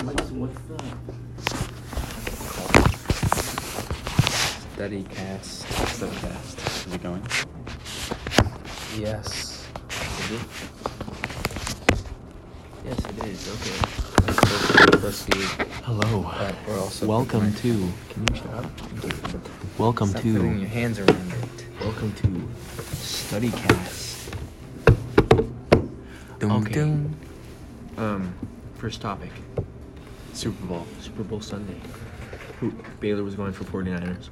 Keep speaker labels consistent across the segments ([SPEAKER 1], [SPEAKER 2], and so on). [SPEAKER 1] what's that?
[SPEAKER 2] Steady cast.
[SPEAKER 3] So fast. Is it going?
[SPEAKER 2] Yes. Is it? Yes, it is. Okay. Let's proceed.
[SPEAKER 1] Hello.
[SPEAKER 2] But we're also
[SPEAKER 1] Welcome
[SPEAKER 2] preparing-
[SPEAKER 1] to. Can you shut up? Welcome
[SPEAKER 2] Stop putting
[SPEAKER 1] to.
[SPEAKER 2] your hands around it.
[SPEAKER 1] Welcome to StudyCast.
[SPEAKER 2] Dum,
[SPEAKER 1] Okay.
[SPEAKER 2] dum. Um, first topic
[SPEAKER 1] Super Bowl.
[SPEAKER 2] Super Bowl Sunday. Who, Baylor was going for 49ers.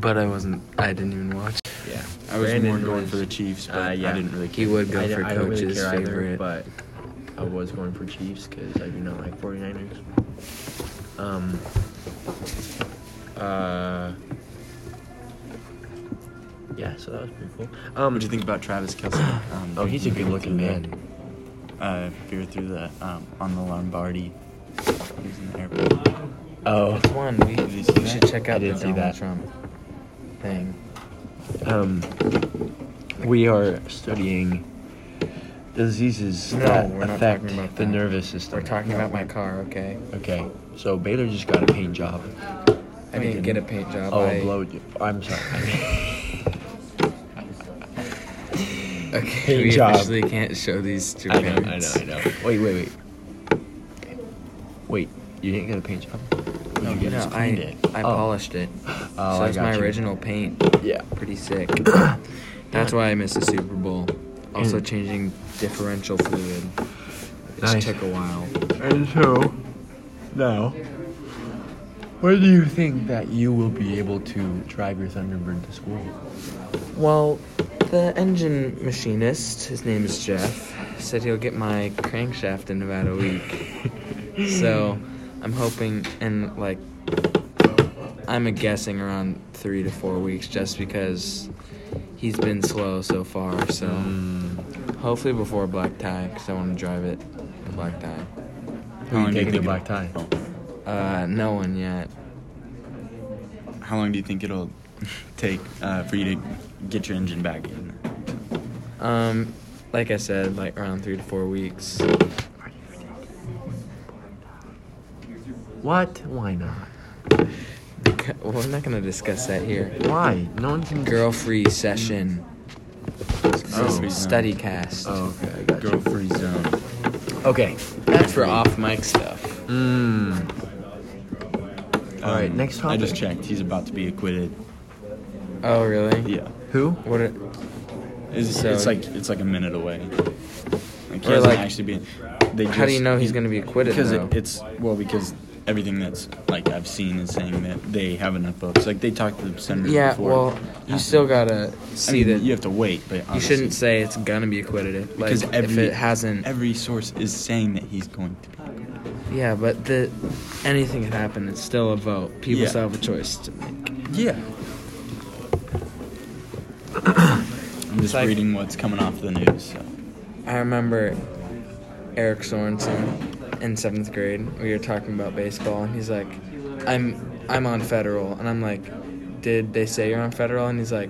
[SPEAKER 3] But I wasn't.
[SPEAKER 2] I didn't even watch. Yeah.
[SPEAKER 3] I was
[SPEAKER 2] Brandon
[SPEAKER 3] more going
[SPEAKER 2] was-
[SPEAKER 3] for the Chiefs, but
[SPEAKER 2] Uh, yeah.
[SPEAKER 3] I didn't really care.
[SPEAKER 2] He would go
[SPEAKER 3] I,
[SPEAKER 2] for
[SPEAKER 3] I don't really
[SPEAKER 2] coach's
[SPEAKER 3] care either,
[SPEAKER 2] favorite,
[SPEAKER 3] but
[SPEAKER 2] but I was going for Chiefs because I do not like 49ers. Um, uh, yeah, so that was pretty cool. Um,
[SPEAKER 3] what do you think about Travis Kelsey? Um,
[SPEAKER 2] Oh, he's a
[SPEAKER 3] breaking
[SPEAKER 2] good
[SPEAKER 3] beer
[SPEAKER 2] looking
[SPEAKER 3] through
[SPEAKER 2] man.
[SPEAKER 3] the- Uh, beer through the um, on the Lombardi. He was in the airport.
[SPEAKER 2] Oh, that's one. We,
[SPEAKER 3] Did you see
[SPEAKER 2] we should
[SPEAKER 3] that?
[SPEAKER 2] check
[SPEAKER 3] I
[SPEAKER 2] out the
[SPEAKER 3] didn't see
[SPEAKER 2] Donald
[SPEAKER 3] that.
[SPEAKER 2] Trump thing. Um, we are studying diseases
[SPEAKER 3] No,
[SPEAKER 2] that
[SPEAKER 3] we're not
[SPEAKER 2] affect
[SPEAKER 3] talking about
[SPEAKER 2] the
[SPEAKER 3] that.
[SPEAKER 2] nervous system.
[SPEAKER 3] We're talking about my
[SPEAKER 2] car, okay? Okay. So Baylor just got a paint job.
[SPEAKER 3] I didn't get a paint
[SPEAKER 2] job.
[SPEAKER 3] I-
[SPEAKER 2] Oh, a blow job. I'm sorry.
[SPEAKER 3] Okay,
[SPEAKER 2] Good
[SPEAKER 3] we
[SPEAKER 2] job.
[SPEAKER 3] officially can't show these to
[SPEAKER 2] I know, I know,
[SPEAKER 3] parents.
[SPEAKER 2] I know. Wait, wait, wait. Wait, you didn't get a paint job? Or
[SPEAKER 3] No,
[SPEAKER 2] you get-
[SPEAKER 3] no,
[SPEAKER 2] just
[SPEAKER 3] I,
[SPEAKER 2] cleaned it?
[SPEAKER 3] I
[SPEAKER 2] Oh.
[SPEAKER 3] polished it.
[SPEAKER 2] Oh,
[SPEAKER 3] so
[SPEAKER 2] I
[SPEAKER 3] it's
[SPEAKER 2] got
[SPEAKER 3] my
[SPEAKER 2] you.
[SPEAKER 3] original paint.
[SPEAKER 2] Yeah.
[SPEAKER 3] Pretty sick. That's why I missed the Super Bowl. Also
[SPEAKER 2] And-
[SPEAKER 3] changing differential fluid. It
[SPEAKER 2] Nice.
[SPEAKER 3] took a while.
[SPEAKER 2] And so, now, where do you think that you will be able to drive your Thunderbird to school?
[SPEAKER 3] Well, the engine machinist, his name is Jeff, said he'll get my crankshaft in about a week. so I'm hoping, and like, I'm guessing around three to four weeks just because he's been slow so far. So hopefully before black tie because I want to drive it in black tie.
[SPEAKER 2] Who are you taking the black tie?
[SPEAKER 3] Oh. Uh, no one yet.
[SPEAKER 4] How long do you think it'll take uh, for you to get your engine back in?
[SPEAKER 3] Um, like I said, like around three to four weeks.
[SPEAKER 2] What? Why not?
[SPEAKER 3] Beca- well, we're not gonna discuss that here.
[SPEAKER 2] Why? No one can.
[SPEAKER 3] Girl free session.
[SPEAKER 4] Oh.
[SPEAKER 3] Study cast.
[SPEAKER 2] Oh, okay, I got
[SPEAKER 4] Girl free zone.
[SPEAKER 2] you. Okay.
[SPEAKER 3] That's for off mic stuff.
[SPEAKER 2] Mmm. All right, next
[SPEAKER 4] Um, I just
[SPEAKER 2] topic.
[SPEAKER 4] checked. He's about to be acquitted.
[SPEAKER 3] Oh really?
[SPEAKER 4] Yeah.
[SPEAKER 2] Who?
[SPEAKER 3] What? A,
[SPEAKER 4] It's,
[SPEAKER 3] So-
[SPEAKER 4] it's like it's like a minute away. Like he
[SPEAKER 3] Or,
[SPEAKER 4] hasn't
[SPEAKER 3] like,
[SPEAKER 4] actually been. They just,
[SPEAKER 3] how do you know he's gonna be acquitted?
[SPEAKER 4] Because
[SPEAKER 3] though?
[SPEAKER 4] it, it's well because everything that's like I've seen is saying that they have enough votes. Like they talked to the senator.
[SPEAKER 3] yeah.
[SPEAKER 4] Before.
[SPEAKER 3] Well, you still gotta
[SPEAKER 4] I
[SPEAKER 3] see
[SPEAKER 4] mean,
[SPEAKER 3] that.
[SPEAKER 4] you have to wait, but
[SPEAKER 3] you
[SPEAKER 4] obviously-
[SPEAKER 3] shouldn't say it's gonna be acquitted. Like
[SPEAKER 4] because every
[SPEAKER 3] if it hasn't.
[SPEAKER 4] every source is saying that he's going to. be.
[SPEAKER 3] yeah, but the anything could happen. It's still a vote. People
[SPEAKER 4] Yeah.
[SPEAKER 3] still have a choice to make.
[SPEAKER 4] Yeah. I'm just
[SPEAKER 3] like-
[SPEAKER 4] reading what's coming off the news. So.
[SPEAKER 3] I remember Eric Sorensen in seventh grade. We were talking about baseball, and he's like, "I'm I'm on federal," and I'm like, "Did they say you're on federal?" And he's like,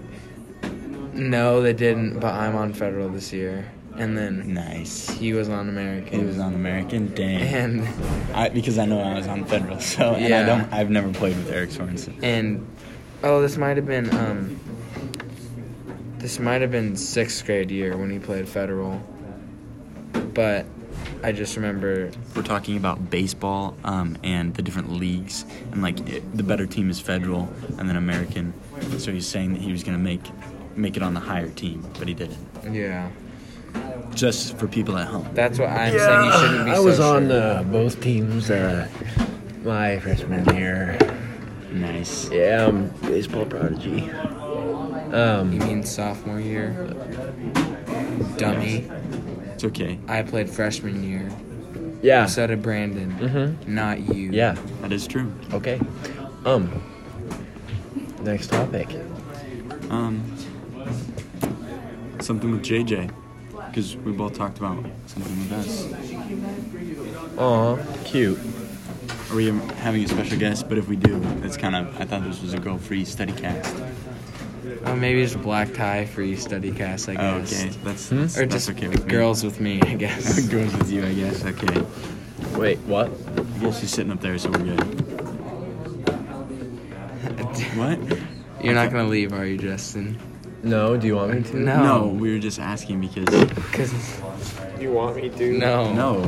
[SPEAKER 3] "No, they didn't, but I'm on federal this year." And then
[SPEAKER 4] Nice.
[SPEAKER 3] he was on American.
[SPEAKER 4] He was on American. Dang.
[SPEAKER 3] and
[SPEAKER 4] I, because I know I was on federal, so and
[SPEAKER 3] Yeah.
[SPEAKER 4] I don't. I've never played with Eric Sorensen.
[SPEAKER 3] and oh, this might have been um, this might have been sixth grade year when he played federal, but I just remember
[SPEAKER 4] We're talking about baseball um, and the different leagues, and like it, the better team is federal and then American. So he's saying that he was gonna make make it on the higher team, but he didn't.
[SPEAKER 3] yeah.
[SPEAKER 4] Just for people at home.
[SPEAKER 3] That's what I'm saying. You shouldn't be.
[SPEAKER 2] I
[SPEAKER 3] so
[SPEAKER 2] was on
[SPEAKER 3] sure.
[SPEAKER 2] uh, both teams uh, my freshman year.
[SPEAKER 4] Nice.
[SPEAKER 2] Yeah, I'm a baseball prodigy.
[SPEAKER 3] You
[SPEAKER 2] Um,
[SPEAKER 3] mean sophomore year? Dummy.
[SPEAKER 4] It's okay.
[SPEAKER 3] I played freshman year.
[SPEAKER 2] yeah.
[SPEAKER 3] So did Brandon.
[SPEAKER 2] Mhm.
[SPEAKER 3] Not you.
[SPEAKER 2] Yeah.
[SPEAKER 4] That is true.
[SPEAKER 2] Okay. Um. Next topic.
[SPEAKER 4] Um, something with JJ, because we both talked about something with us.
[SPEAKER 2] Aw, cute.
[SPEAKER 4] Are we having a special guest? But if we do, it's kind of. I thought this was a girl free study cast.
[SPEAKER 2] Oh,
[SPEAKER 3] Or maybe just black tie for you study cast, I
[SPEAKER 4] Oh,
[SPEAKER 3] guess.
[SPEAKER 4] okay, that's
[SPEAKER 2] Hmm?
[SPEAKER 4] that's,
[SPEAKER 3] Or
[SPEAKER 4] that's
[SPEAKER 3] just
[SPEAKER 4] okay with me.
[SPEAKER 3] girls with me, I guess.
[SPEAKER 4] girls with you, I guess. Okay.
[SPEAKER 3] Wait, what?
[SPEAKER 4] I guess he's sitting up there, so we're good. what?
[SPEAKER 3] You're not gonna leave, are you, Justin?
[SPEAKER 2] No, do you want me to?
[SPEAKER 3] No.
[SPEAKER 4] No, we were just asking because
[SPEAKER 3] Because
[SPEAKER 5] You want me to?
[SPEAKER 3] no.
[SPEAKER 4] no,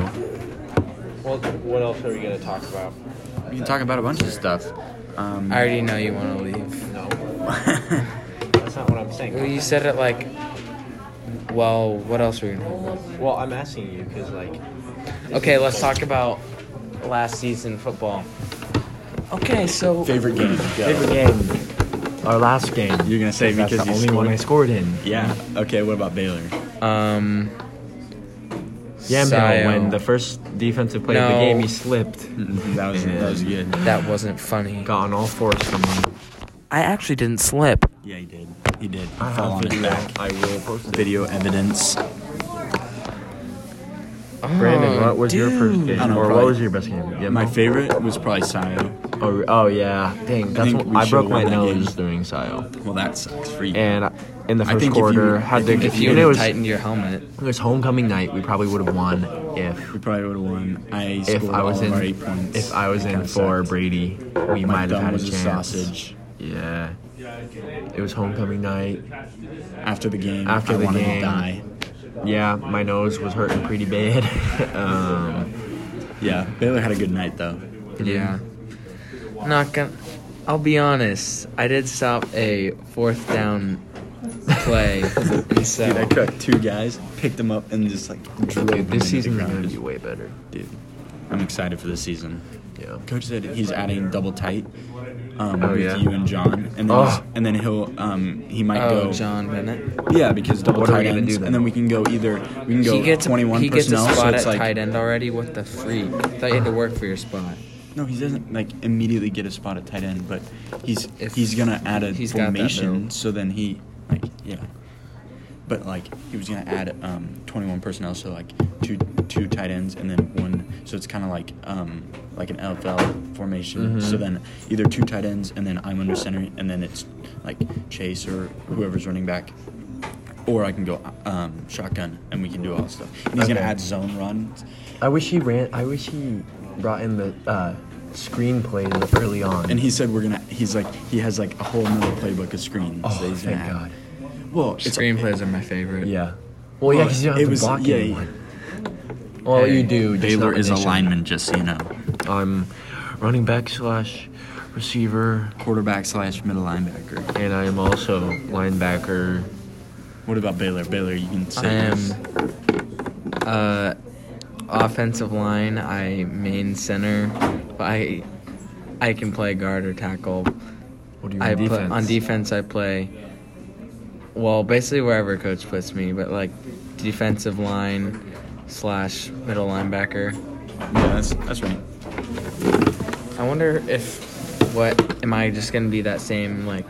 [SPEAKER 5] Well, what else are we gonna talk about?
[SPEAKER 4] we can talk about a bunch of stuff. Um,
[SPEAKER 3] I already know you want to leave.
[SPEAKER 5] No. That's not what I'm
[SPEAKER 3] Well,
[SPEAKER 5] saying.
[SPEAKER 3] you said it like. Well, what else are we gonna? talk
[SPEAKER 5] Well, I'm asking you because like
[SPEAKER 3] about? Okay, let's talk about last season football. Okay, so
[SPEAKER 2] Favorite game.
[SPEAKER 5] Favorite
[SPEAKER 2] game. Our last game.
[SPEAKER 4] You're gonna say
[SPEAKER 2] That's
[SPEAKER 4] because
[SPEAKER 2] the
[SPEAKER 4] you
[SPEAKER 2] only
[SPEAKER 4] scored?
[SPEAKER 2] one I scored in.
[SPEAKER 4] Yeah. Okay. What about Baylor?
[SPEAKER 3] um.
[SPEAKER 2] Yambel,
[SPEAKER 3] Sio.
[SPEAKER 2] when the first defensive play of the
[SPEAKER 3] No.
[SPEAKER 2] game, he slipped,
[SPEAKER 4] That was that was good.
[SPEAKER 3] that wasn't funny.
[SPEAKER 2] got on all fours from him.
[SPEAKER 3] I actually didn't slip.
[SPEAKER 4] Yeah, he did. He did. He
[SPEAKER 2] I have
[SPEAKER 4] fell on his
[SPEAKER 2] video.
[SPEAKER 4] back.
[SPEAKER 2] I will post it.
[SPEAKER 4] Video evidence.
[SPEAKER 2] Brandon,
[SPEAKER 3] Oh,
[SPEAKER 2] what was your first
[SPEAKER 3] dude.
[SPEAKER 2] game,
[SPEAKER 4] I don't know,
[SPEAKER 2] or what
[SPEAKER 4] probably-
[SPEAKER 2] was your best game? Yeah,
[SPEAKER 4] My favorite was probably Sio.
[SPEAKER 2] Oh, oh yeah, dang, that's
[SPEAKER 4] think
[SPEAKER 2] what
[SPEAKER 4] we
[SPEAKER 2] I
[SPEAKER 4] should've
[SPEAKER 2] broke my
[SPEAKER 4] won that
[SPEAKER 2] nose
[SPEAKER 4] game.
[SPEAKER 2] during Sio,
[SPEAKER 4] Well, that sucks for you.
[SPEAKER 2] and I- in the
[SPEAKER 4] I
[SPEAKER 2] first
[SPEAKER 4] think if you-
[SPEAKER 2] quarter
[SPEAKER 4] I
[SPEAKER 2] had to.
[SPEAKER 4] think if
[SPEAKER 3] If you
[SPEAKER 2] and
[SPEAKER 3] would
[SPEAKER 2] it
[SPEAKER 3] have
[SPEAKER 2] was
[SPEAKER 3] tightened your helmet,
[SPEAKER 4] Mm-hmm.
[SPEAKER 2] it was homecoming night. We probably would have won if
[SPEAKER 4] we probably would have won. I
[SPEAKER 2] if
[SPEAKER 4] scored
[SPEAKER 2] I was
[SPEAKER 4] all
[SPEAKER 2] in
[SPEAKER 4] of our eight points.
[SPEAKER 2] if I was in
[SPEAKER 4] Kinda
[SPEAKER 2] for
[SPEAKER 4] sucked.
[SPEAKER 2] Brady, we
[SPEAKER 4] My
[SPEAKER 2] might have
[SPEAKER 4] thumb
[SPEAKER 2] had a
[SPEAKER 4] was a
[SPEAKER 2] chance.
[SPEAKER 4] sausage.
[SPEAKER 2] Yeah, it was homecoming night.
[SPEAKER 4] After the game,
[SPEAKER 2] After
[SPEAKER 4] I
[SPEAKER 2] the
[SPEAKER 4] wanted
[SPEAKER 2] game.
[SPEAKER 4] to die.
[SPEAKER 2] Yeah, my nose was hurting pretty bad. um,
[SPEAKER 4] Yeah, Baylor had a good night though.
[SPEAKER 3] yeah. Not gonna. I'll be honest. I did stop a fourth down play, and
[SPEAKER 4] Dude, I
[SPEAKER 3] so
[SPEAKER 4] cracked two guys, picked them up, and just like drove them
[SPEAKER 2] dude,
[SPEAKER 4] into the
[SPEAKER 2] this season's
[SPEAKER 4] ground.
[SPEAKER 2] gonna be way better.
[SPEAKER 4] Dude, I'm excited for this season.
[SPEAKER 2] Yeah.
[SPEAKER 4] Coach said he's adding double tight um,
[SPEAKER 2] Oh,
[SPEAKER 4] with
[SPEAKER 2] yeah.
[SPEAKER 4] you and John, and then
[SPEAKER 2] Oh.
[SPEAKER 4] he's- and then he'll um, he might
[SPEAKER 3] oh,
[SPEAKER 4] go
[SPEAKER 3] John Bennett.
[SPEAKER 4] yeah because double
[SPEAKER 2] What are we
[SPEAKER 4] tight
[SPEAKER 2] gonna
[SPEAKER 4] ends,
[SPEAKER 2] do then?
[SPEAKER 4] and then we can go either we can go
[SPEAKER 3] he gets
[SPEAKER 4] 21
[SPEAKER 3] he
[SPEAKER 4] personnel,
[SPEAKER 3] gets a
[SPEAKER 4] so
[SPEAKER 3] spot
[SPEAKER 4] it's
[SPEAKER 3] at
[SPEAKER 4] like
[SPEAKER 3] tight end already. What the freak? Thought you had to work for your spot.
[SPEAKER 4] no he doesn't like immediately get a spot at tight end, but he's
[SPEAKER 3] If
[SPEAKER 4] he's gonna add a
[SPEAKER 3] he's got that
[SPEAKER 4] formation,
[SPEAKER 3] build.
[SPEAKER 4] so then he like yeah. But like he was gonna add um, 21 personnel, so like two two tight ends and then one. So it's kind of like um, like an LFL formation.
[SPEAKER 3] Mm-hmm.
[SPEAKER 4] So then either two tight ends and then I'm under center, and then it's like Chase or whoever's running back, or I can go um, shotgun and we can do all this stuff. And he's
[SPEAKER 2] Okay.
[SPEAKER 4] gonna add zone runs.
[SPEAKER 2] I wish he ran. I wish he brought in the uh, screenplays early on.
[SPEAKER 4] And he said we're gonna. He's like he has like a whole nother playbook of screens.
[SPEAKER 2] oh,
[SPEAKER 4] that he's gonna
[SPEAKER 2] thank
[SPEAKER 4] add.
[SPEAKER 2] God.
[SPEAKER 4] Well, it's-
[SPEAKER 3] Screenplays are my favorite.
[SPEAKER 2] Yeah. Well, yeah, because you don't have
[SPEAKER 4] it
[SPEAKER 2] to
[SPEAKER 4] was-
[SPEAKER 2] block
[SPEAKER 4] yeah,
[SPEAKER 2] anyone. Well,
[SPEAKER 3] Hey,
[SPEAKER 2] you do. just
[SPEAKER 4] Baylor
[SPEAKER 2] not
[SPEAKER 4] is a
[SPEAKER 2] initially.
[SPEAKER 4] lineman, just so you know.
[SPEAKER 2] I'm running back slash receiver,
[SPEAKER 4] Quarterback slash middle linebacker.
[SPEAKER 2] and I am also linebacker.
[SPEAKER 4] What about Baylor? Baylor, you can say
[SPEAKER 3] I
[SPEAKER 4] this.
[SPEAKER 3] am Um, uh, offensive line. I main center. I I can play guard or tackle.
[SPEAKER 2] What do you
[SPEAKER 3] I
[SPEAKER 2] mean
[SPEAKER 3] play, on defense. I play well, basically wherever coach puts me, but like defensive line slash middle linebacker.
[SPEAKER 4] Yeah, that's, that's right.
[SPEAKER 3] I wonder if what am I just gonna be that same like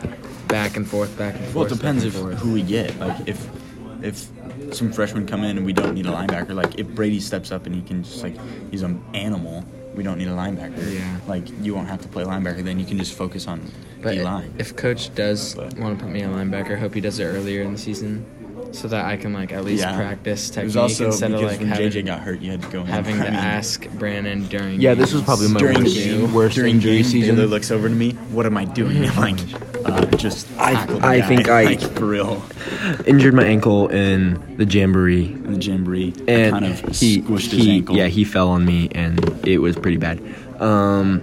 [SPEAKER 3] back and forth, back and forth.
[SPEAKER 4] Well, it depends
[SPEAKER 3] back
[SPEAKER 4] if
[SPEAKER 3] and forth.
[SPEAKER 4] who we get. Like if if some freshmen come in and we don't need a linebacker. Like if Brady steps up and he can just like he's an animal. We don't need a linebacker.
[SPEAKER 3] Yeah.
[SPEAKER 4] Like you won't have to play linebacker. Then you can just focus on
[SPEAKER 3] But
[SPEAKER 4] D line.
[SPEAKER 3] if coach does
[SPEAKER 4] But-
[SPEAKER 3] want to put me in linebacker, I hope he does it earlier in the season, so that I can like at least
[SPEAKER 4] Yeah.
[SPEAKER 3] practice
[SPEAKER 4] It
[SPEAKER 3] technique
[SPEAKER 4] was also because
[SPEAKER 3] instead of like
[SPEAKER 4] when
[SPEAKER 3] having,
[SPEAKER 4] JJ got hurt, you had to go in.
[SPEAKER 3] having
[SPEAKER 4] I
[SPEAKER 3] to
[SPEAKER 4] mean,
[SPEAKER 3] ask Brandon during.
[SPEAKER 2] Yeah, this was
[SPEAKER 3] games.
[SPEAKER 2] probably my
[SPEAKER 4] during
[SPEAKER 2] worst,
[SPEAKER 4] game,
[SPEAKER 2] worst
[SPEAKER 4] during
[SPEAKER 2] injury
[SPEAKER 4] game,
[SPEAKER 2] season.
[SPEAKER 4] Baylor looks over to me. What am I doing? I'm like, uh, just
[SPEAKER 2] I-
[SPEAKER 4] tackle the
[SPEAKER 2] I
[SPEAKER 4] guy.
[SPEAKER 2] think I-
[SPEAKER 4] like for real
[SPEAKER 2] Injured my ankle in the jamboree,
[SPEAKER 4] in the jamboree. I
[SPEAKER 2] and
[SPEAKER 4] kind of
[SPEAKER 2] he
[SPEAKER 4] squished
[SPEAKER 2] he
[SPEAKER 4] his ankle.
[SPEAKER 2] yeah he fell on me, and it was pretty bad. Um,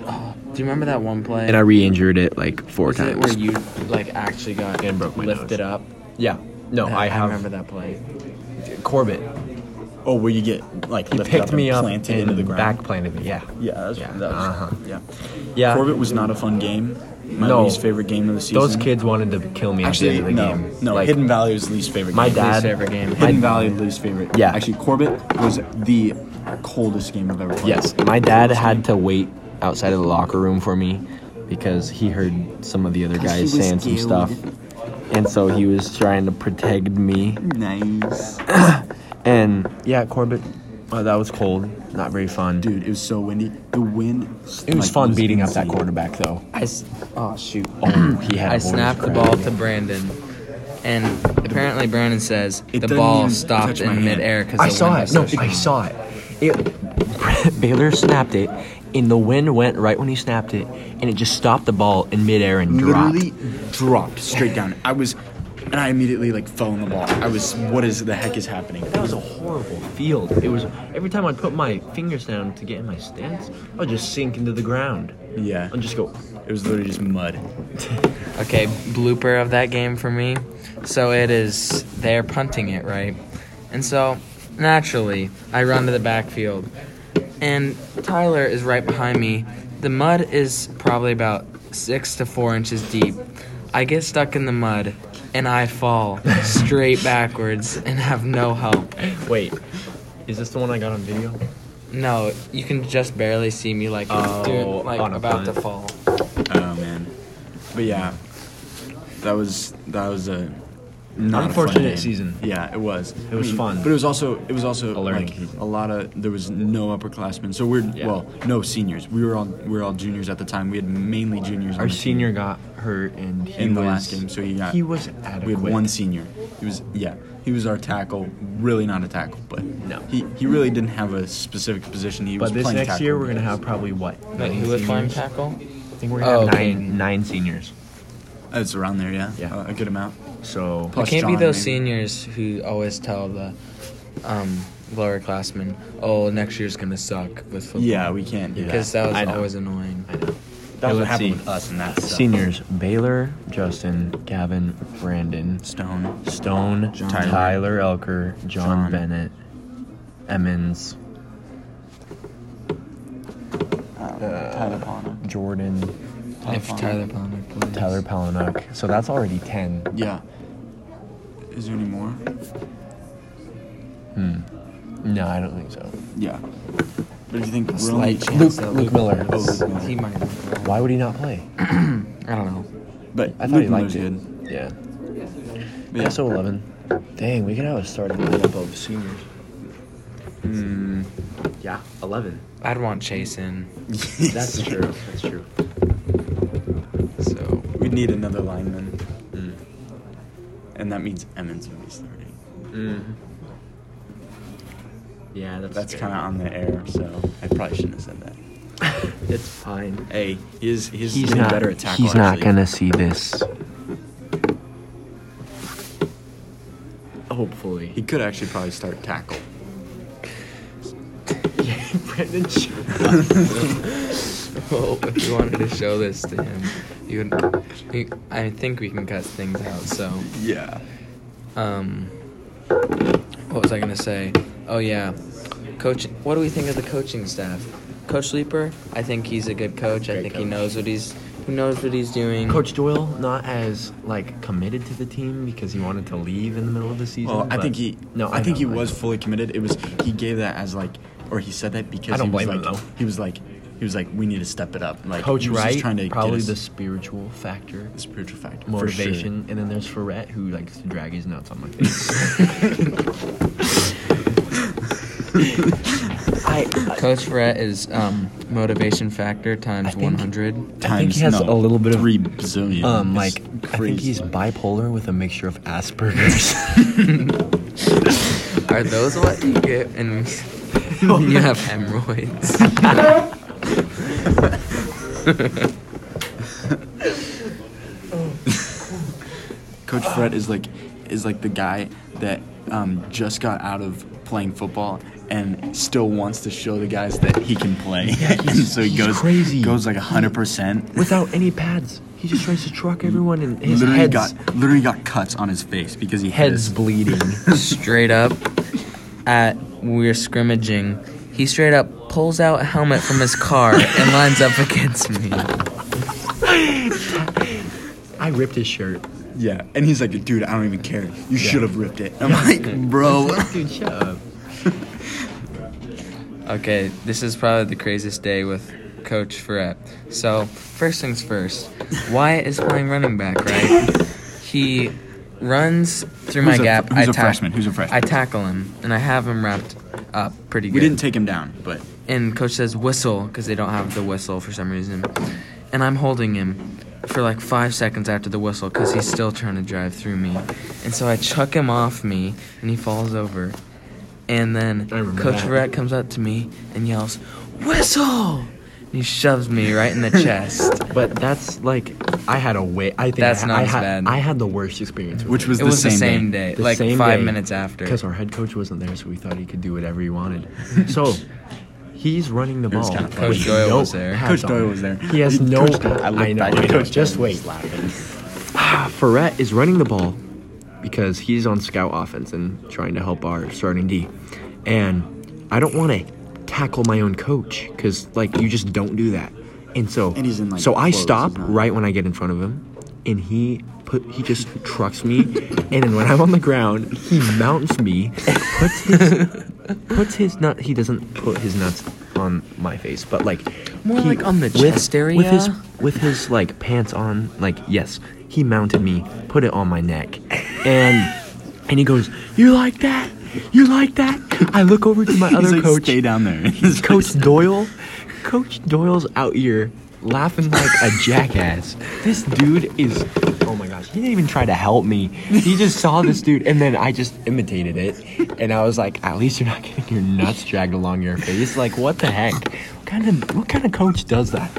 [SPEAKER 3] Do you remember that one play?
[SPEAKER 2] and I re-injured it like four
[SPEAKER 3] was it
[SPEAKER 2] times.
[SPEAKER 3] where you like actually got
[SPEAKER 2] And broke my
[SPEAKER 3] lifted up?
[SPEAKER 2] yeah. No, I have
[SPEAKER 3] remember that play.
[SPEAKER 2] Corbett.
[SPEAKER 4] Oh, where you get like
[SPEAKER 2] He
[SPEAKER 4] lifted
[SPEAKER 2] picked
[SPEAKER 4] up
[SPEAKER 2] me
[SPEAKER 4] and
[SPEAKER 2] up
[SPEAKER 4] planted
[SPEAKER 2] and
[SPEAKER 4] into the ground.
[SPEAKER 2] back planted me. Yeah.
[SPEAKER 4] Yeah, that's,
[SPEAKER 2] Yeah,
[SPEAKER 4] that was
[SPEAKER 2] uh-huh.
[SPEAKER 4] yeah.
[SPEAKER 2] Yeah.
[SPEAKER 4] Corbett was not a fun game. My
[SPEAKER 2] No.
[SPEAKER 4] least favorite game of the season.
[SPEAKER 2] Those kids wanted to kill me
[SPEAKER 4] actually
[SPEAKER 2] at the end
[SPEAKER 4] no
[SPEAKER 2] of the game.
[SPEAKER 4] no
[SPEAKER 2] like,
[SPEAKER 4] Hidden Valley was the least favorite.
[SPEAKER 2] My
[SPEAKER 4] game.
[SPEAKER 2] dad.
[SPEAKER 3] favorite game.
[SPEAKER 4] Hidden Valley least favorite.
[SPEAKER 2] Yeah.
[SPEAKER 4] actually Corbett was the coldest game I've ever played.
[SPEAKER 2] Yes, my dad had to wait outside of the locker room for me because he heard some of the other guys
[SPEAKER 4] he was
[SPEAKER 2] saying some
[SPEAKER 4] scared.
[SPEAKER 2] stuff. And so he was trying to protect me.
[SPEAKER 4] nice
[SPEAKER 2] And yeah, Corbett, uh, that was cold. Not very fun.
[SPEAKER 4] dude. It was so windy. The wind.
[SPEAKER 2] it was
[SPEAKER 4] like,
[SPEAKER 2] fun beating up that
[SPEAKER 4] insane.
[SPEAKER 2] quarterback though.
[SPEAKER 3] I s- oh shoot.
[SPEAKER 2] Oh, he had
[SPEAKER 3] I
[SPEAKER 2] a voice
[SPEAKER 3] snapped the
[SPEAKER 2] crack.
[SPEAKER 3] ball to Brandon, and apparently Brandon says
[SPEAKER 4] It
[SPEAKER 3] the
[SPEAKER 4] doesn't
[SPEAKER 3] ball
[SPEAKER 4] even
[SPEAKER 3] stopped
[SPEAKER 4] touch my
[SPEAKER 3] in
[SPEAKER 4] hand.
[SPEAKER 3] midair because
[SPEAKER 2] I saw it. No, I saw it. It Baylor snapped it, and the wind went right when he snapped it, and it just stopped the ball in midair and dropped.
[SPEAKER 4] Literally dropped straight down. I was, and I immediately like fell on the ball. I was, what is the heck is happening?
[SPEAKER 2] That was a horrible field. It was every time I'd put my fingers down to get in my stance, I'd just sink into the ground.
[SPEAKER 4] Yeah.
[SPEAKER 2] I'd just go.
[SPEAKER 4] It was literally just mud.
[SPEAKER 3] Okay, blooper of that game for me. So it is they're punting it, right? And so naturally, I run to the backfield. And Tyler is right behind me. The mud is probably about six to four inches deep. I get stuck in the mud and I fall straight backwards and have no help.
[SPEAKER 2] Wait, is this the one I got on video?
[SPEAKER 3] No, you can just barely see me like dude,
[SPEAKER 2] Oh,
[SPEAKER 3] like
[SPEAKER 2] on a
[SPEAKER 3] about to
[SPEAKER 2] vine.
[SPEAKER 3] fall.
[SPEAKER 4] Oh man. But yeah, that was that was a not a fun
[SPEAKER 2] Unfortunate
[SPEAKER 4] game.
[SPEAKER 2] season.
[SPEAKER 4] Yeah, it was. It
[SPEAKER 2] was fun.
[SPEAKER 4] but it was also it was also
[SPEAKER 2] A learning
[SPEAKER 4] like
[SPEAKER 2] season.
[SPEAKER 4] a lot of there was no upperclassmen. So we're
[SPEAKER 2] Yeah.
[SPEAKER 4] well, no seniors. We were all we were all juniors at the time. We had mainly juniors. on
[SPEAKER 2] Our
[SPEAKER 4] the team
[SPEAKER 2] senior got hurt, and he
[SPEAKER 4] in the
[SPEAKER 2] was-
[SPEAKER 4] last game, so he got
[SPEAKER 2] he was
[SPEAKER 4] We
[SPEAKER 2] adequate.
[SPEAKER 4] had one senior. He was yeah. He was our tackle, really not a tackle, but
[SPEAKER 2] No.
[SPEAKER 4] he he really didn't have a specific position. He was
[SPEAKER 2] But this
[SPEAKER 4] playing
[SPEAKER 2] next
[SPEAKER 4] tackle.
[SPEAKER 2] year, we're gonna have probably what?
[SPEAKER 3] Wait,
[SPEAKER 2] nine
[SPEAKER 3] who was playing
[SPEAKER 2] seniors?
[SPEAKER 3] tackle?
[SPEAKER 2] I think we're gonna
[SPEAKER 3] Oh,
[SPEAKER 2] have
[SPEAKER 3] okay.
[SPEAKER 2] nine nine seniors.
[SPEAKER 4] it's around there, yeah,
[SPEAKER 2] Yeah.
[SPEAKER 4] Uh, a good amount.
[SPEAKER 2] So
[SPEAKER 4] Plus
[SPEAKER 3] it can't be
[SPEAKER 4] John,
[SPEAKER 3] those
[SPEAKER 4] maybe.
[SPEAKER 3] seniors who always tell the um, lower classmen, "Oh, next year's gonna suck with football."
[SPEAKER 4] Yeah, we can't do
[SPEAKER 3] because
[SPEAKER 4] that.
[SPEAKER 3] that
[SPEAKER 2] I
[SPEAKER 3] was
[SPEAKER 2] know.
[SPEAKER 3] always annoying.
[SPEAKER 4] That was what
[SPEAKER 2] Let's
[SPEAKER 4] happened
[SPEAKER 2] see.
[SPEAKER 4] with us, and that's
[SPEAKER 2] seniors: Baylor, Justin, Gavin, Brandon,
[SPEAKER 4] Stone.
[SPEAKER 2] Stone,
[SPEAKER 4] John.
[SPEAKER 2] Tyler, Elker, John,
[SPEAKER 4] John.
[SPEAKER 2] Bennett, Emmons,
[SPEAKER 4] Tyler Pano.
[SPEAKER 2] Jordan,
[SPEAKER 3] If Tyler Palmer plays,
[SPEAKER 2] Tyler Palinuk. So that's already 10.
[SPEAKER 4] Yeah. Is there any more?
[SPEAKER 2] No, I don't think so.
[SPEAKER 4] Yeah. But if you think we're only,
[SPEAKER 3] slight chance
[SPEAKER 2] Luke-
[SPEAKER 3] that
[SPEAKER 2] Luke Miller.
[SPEAKER 4] Oh, Luke Miller.
[SPEAKER 3] he might. Not play.
[SPEAKER 2] Why would he not play?
[SPEAKER 3] I don't know.
[SPEAKER 4] but
[SPEAKER 2] I thought
[SPEAKER 4] Luke
[SPEAKER 2] he liked
[SPEAKER 4] Miller's
[SPEAKER 2] it.
[SPEAKER 4] good.
[SPEAKER 2] Yeah.
[SPEAKER 4] But yeah.
[SPEAKER 2] SO 11. Dang, we could have a starting lineup of seniors. Hmm. Yeah, 11.
[SPEAKER 3] I'd want Chase in.
[SPEAKER 2] That's true. That's true.
[SPEAKER 3] So
[SPEAKER 4] We'd need another lineman.
[SPEAKER 2] Mm.
[SPEAKER 4] And that means Emmons would be starting.
[SPEAKER 2] Yeah, that's
[SPEAKER 4] That's kind of on the air, so I probably shouldn't have said that.
[SPEAKER 2] of. It's fine.
[SPEAKER 4] Hey, he's he's,
[SPEAKER 2] He's
[SPEAKER 4] been
[SPEAKER 2] not.
[SPEAKER 4] better at tackle.
[SPEAKER 2] he's not
[SPEAKER 4] actually.
[SPEAKER 2] gonna see this. Hopefully.
[SPEAKER 4] He could actually probably start tackle.
[SPEAKER 2] Brandon
[SPEAKER 3] oh, if you wanted to show this to him, you would. You, I think we can cut things out. So.
[SPEAKER 4] Yeah.
[SPEAKER 3] um what was I gonna say? Oh yeah. Coach what do we think of the coaching staff? Coach Leeper, I think he's a good coach. I think he knows what he's he knows what he's doing.
[SPEAKER 2] Coach Doyle not as like committed to the team because he wanted to leave in the middle of the season.
[SPEAKER 4] Well, I
[SPEAKER 2] but-
[SPEAKER 4] think he.
[SPEAKER 2] No,
[SPEAKER 4] I, think
[SPEAKER 2] know,
[SPEAKER 4] he
[SPEAKER 2] I
[SPEAKER 4] was
[SPEAKER 2] know.
[SPEAKER 4] fully committed. It was he gave that as like, or he said that because
[SPEAKER 2] I don't
[SPEAKER 4] he was
[SPEAKER 2] blame him,
[SPEAKER 4] like,
[SPEAKER 2] though.
[SPEAKER 4] He was like, he was like, we need to step it up. Like
[SPEAKER 2] Coach
[SPEAKER 4] he was just
[SPEAKER 2] Wright,
[SPEAKER 4] trying to get
[SPEAKER 2] probably
[SPEAKER 4] us
[SPEAKER 2] the spiritual factor,
[SPEAKER 4] the spiritual factor,
[SPEAKER 2] motivation, and then there's Ferret who likes to drag his nuts on my face. I, I,
[SPEAKER 3] Coach Ferret is um, motivation factor times
[SPEAKER 2] think-
[SPEAKER 3] one hundred.
[SPEAKER 4] Times,
[SPEAKER 2] think he has
[SPEAKER 4] no,
[SPEAKER 2] a little bit of
[SPEAKER 4] three bazillion.
[SPEAKER 2] um
[SPEAKER 4] It's
[SPEAKER 2] like I think
[SPEAKER 4] crazy.
[SPEAKER 2] he's bipolar with a mixture of Asperger's.
[SPEAKER 3] Are those what you get and you have hemorrhoids?
[SPEAKER 4] Coach Fred is like is like the guy that um, just got out of playing football and still wants to show the guys that he can play. and so he
[SPEAKER 2] he's
[SPEAKER 4] goes
[SPEAKER 2] crazy.
[SPEAKER 4] goes like hundred percent.
[SPEAKER 2] Without any pads, he just tries to truck everyone, and his
[SPEAKER 4] Mm. Literally
[SPEAKER 2] head's
[SPEAKER 4] got literally got cuts on his face because he hit
[SPEAKER 2] head's
[SPEAKER 4] us.
[SPEAKER 2] bleeding.
[SPEAKER 3] straight up at we are scrimmaging. He straight up pulls out a helmet from his car and lines up against me.
[SPEAKER 2] I ripped his shirt.
[SPEAKER 4] Yeah, and he's like, dude, I don't even care. You should have ripped it. I'm like, bro.
[SPEAKER 2] Dude, shut up.
[SPEAKER 3] Okay, this is probably the craziest day with Coach Ferret. So, first things first, Wyatt is playing running back, right? He runs through my
[SPEAKER 4] Who's a-
[SPEAKER 3] gap.
[SPEAKER 4] who's
[SPEAKER 3] I
[SPEAKER 4] a freshman? Who's a freshman?
[SPEAKER 3] I tackle him, and I have him wrapped up pretty good.
[SPEAKER 4] we didn't take him down, but
[SPEAKER 3] and coach says whistle because they don't have the whistle for some reason and i'm holding him for like five seconds after the whistle because he's still trying to drive through me and so i chuck him off me and he falls over And then
[SPEAKER 2] I remember
[SPEAKER 3] Coach
[SPEAKER 2] that.
[SPEAKER 3] Verrett comes up to me and yells, "Whistle!" And he shoves me right in the chest.
[SPEAKER 2] But that's like I had a way. I think
[SPEAKER 3] That's
[SPEAKER 2] I,
[SPEAKER 3] not
[SPEAKER 2] I
[SPEAKER 3] as
[SPEAKER 2] had,
[SPEAKER 3] bad.
[SPEAKER 2] I had the worst experience, with
[SPEAKER 4] Which was
[SPEAKER 3] It
[SPEAKER 4] the
[SPEAKER 3] was
[SPEAKER 4] same
[SPEAKER 3] the same
[SPEAKER 4] day.
[SPEAKER 3] day, like five minutes
[SPEAKER 2] because
[SPEAKER 3] after.
[SPEAKER 2] our head coach wasn't there, so we thought he could do whatever he wanted. so he's running the
[SPEAKER 4] It was
[SPEAKER 2] ball.
[SPEAKER 4] kinda
[SPEAKER 2] with
[SPEAKER 3] Coach Doyle
[SPEAKER 2] no
[SPEAKER 3] was there.
[SPEAKER 2] pads
[SPEAKER 4] Coach
[SPEAKER 2] on.
[SPEAKER 4] Doyle was there.
[SPEAKER 2] He has
[SPEAKER 4] Coach
[SPEAKER 2] no.
[SPEAKER 4] Doyle- I
[SPEAKER 2] I,
[SPEAKER 4] looked
[SPEAKER 2] know.
[SPEAKER 4] back at
[SPEAKER 2] I know,
[SPEAKER 4] Coach
[SPEAKER 2] just
[SPEAKER 4] Doyle,
[SPEAKER 2] wait.
[SPEAKER 4] he's laughing.
[SPEAKER 2] Ferret is running the ball because he's on scout offense and trying to help our starting D. And I don't want to tackle my own coach because like you just don't do that. And so
[SPEAKER 4] And he's in, like,
[SPEAKER 2] so I
[SPEAKER 4] clothes,
[SPEAKER 2] stop
[SPEAKER 4] he's not-
[SPEAKER 2] right when I get in front of him, and he put he just trucks me, and then when I'm on the ground, he mounts me, puts his puts his nut he doesn't put his nuts on my face, but like
[SPEAKER 3] More
[SPEAKER 2] he-
[SPEAKER 3] like on the chest area?
[SPEAKER 2] with his with his like pants on, like yes, he mounted me, put it on my neck, and and he goes, "You like that? You like that?" I look over to my
[SPEAKER 4] He's
[SPEAKER 2] other
[SPEAKER 4] like,
[SPEAKER 2] coach,
[SPEAKER 4] stay down there. He's
[SPEAKER 2] Coach Doyle. Coach Doyle's out here laughing like a jackass. This dude is oh my gosh, he didn't even try to help me. He just saw this dude and then I just imitated it. And I was like, at least you're not getting your nuts dragged along your face. Like what the heck? What kind of what kind of coach does that?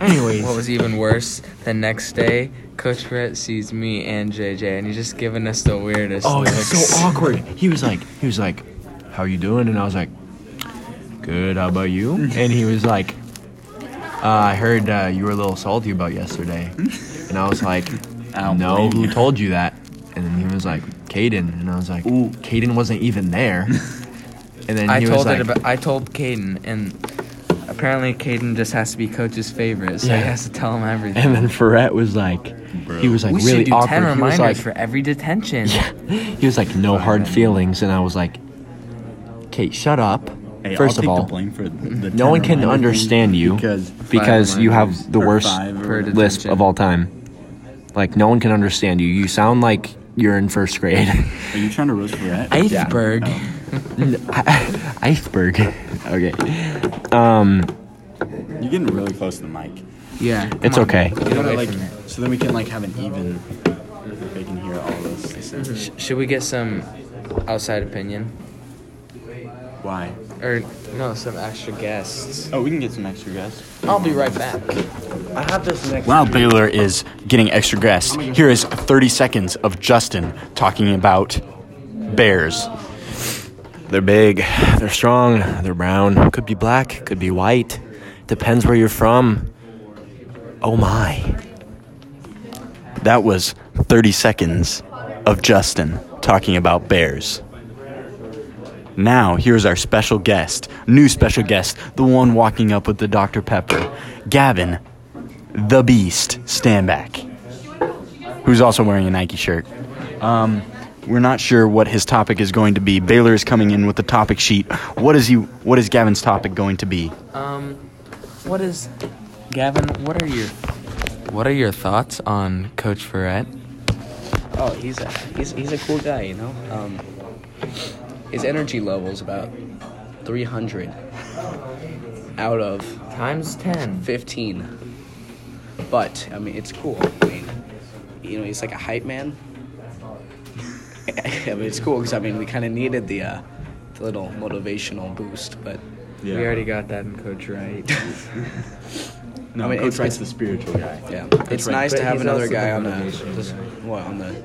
[SPEAKER 2] Anyways,
[SPEAKER 3] What was even worse, the next day, Coach Verrett sees me and JJ, and he's just giving us the weirdest
[SPEAKER 2] Oh, it was
[SPEAKER 3] looks.
[SPEAKER 2] so awkward. He was like, he was like, "How you doing?" And I was like, "Good. How about you?" And he was like, uh, "I heard uh, you were a little salty about yesterday." And I was like,
[SPEAKER 4] I don't
[SPEAKER 2] "No,
[SPEAKER 4] blame
[SPEAKER 2] who
[SPEAKER 4] you."
[SPEAKER 2] told you that?" And then he was like, "Caden." And I was like,
[SPEAKER 4] Ooh.
[SPEAKER 2] "Caden wasn't even there." And then
[SPEAKER 3] I
[SPEAKER 2] he was
[SPEAKER 3] told
[SPEAKER 2] like,
[SPEAKER 3] it about. I told Caden, and apparently Caden just has to be Coach's favorite, so
[SPEAKER 2] Yeah.
[SPEAKER 3] he has to tell him everything.
[SPEAKER 2] And then Ferret was like, he was like
[SPEAKER 3] we
[SPEAKER 2] really
[SPEAKER 3] should do
[SPEAKER 2] awkward.
[SPEAKER 3] ten
[SPEAKER 2] he was
[SPEAKER 3] reminders
[SPEAKER 2] like,
[SPEAKER 3] for every detention.
[SPEAKER 2] he was like, no hard feelings. And I was like, Kate, shut up.
[SPEAKER 4] Hey,
[SPEAKER 2] First
[SPEAKER 4] I'll
[SPEAKER 2] of
[SPEAKER 4] take
[SPEAKER 2] all,
[SPEAKER 4] the blame for the
[SPEAKER 2] No one
[SPEAKER 4] tenor
[SPEAKER 2] can
[SPEAKER 4] line, I think,
[SPEAKER 2] understand you
[SPEAKER 4] because
[SPEAKER 2] because you have the
[SPEAKER 4] or
[SPEAKER 2] worst
[SPEAKER 4] five
[SPEAKER 3] per
[SPEAKER 4] or whatever.
[SPEAKER 3] detention.
[SPEAKER 2] lisp of all time. Like no one can understand you. You sound like you're in first grade.
[SPEAKER 4] Are you trying to roast Brett?
[SPEAKER 3] Iceberg.
[SPEAKER 2] Iceberg. okay,
[SPEAKER 4] You're getting really close to the mic.
[SPEAKER 3] Yeah.
[SPEAKER 2] it's okay.
[SPEAKER 4] You know,
[SPEAKER 3] away
[SPEAKER 4] like,
[SPEAKER 3] from me.
[SPEAKER 4] so then we can like have an even. They can hear all this.
[SPEAKER 3] Sh- should we get some outside opinion
[SPEAKER 4] Why?
[SPEAKER 3] or no, some extra guests?
[SPEAKER 4] Oh, we can get some extra guests.
[SPEAKER 3] I'll be right back.
[SPEAKER 6] I have this next.
[SPEAKER 4] While Baylor is getting extra guests, here is 30 seconds of Justin talking about bears.
[SPEAKER 2] They're big. They're strong. They're brown. Could be black. Could be white. Depends where you're from. Oh my.
[SPEAKER 4] That was 30 seconds of Justin talking about bears. Now, here's our special guest, new special guest, the one walking up with the Dr. Pepper, Gavin, the Beast, stand back, who's also wearing a Nike shirt. Um, we're not sure what his topic is going to be. Baylor is coming in with the topic sheet. What is he? What is Gavin's topic going to be?
[SPEAKER 3] Um, what is, Gavin? What are your, what are your thoughts on Coach Ferret?
[SPEAKER 7] Oh, he's a he's he's a cool guy, you know. Um, his energy level's about 300 out of
[SPEAKER 3] Times ten.
[SPEAKER 7] 15. But I mean, it's cool. I mean, you know, he's like a hype man. I mean, it's cool because I mean, we kind of needed the, uh, the little motivational boost, but
[SPEAKER 3] We already got that in Coach Wright.
[SPEAKER 4] No,
[SPEAKER 7] I mean,
[SPEAKER 4] Coach
[SPEAKER 7] it's-
[SPEAKER 4] Wright's the spiritual guy.
[SPEAKER 7] yeah, it's nice
[SPEAKER 3] But
[SPEAKER 7] to have
[SPEAKER 3] he's
[SPEAKER 7] another
[SPEAKER 3] also the
[SPEAKER 7] guy on the
[SPEAKER 3] motivation
[SPEAKER 7] this-
[SPEAKER 3] guy.
[SPEAKER 7] what on the.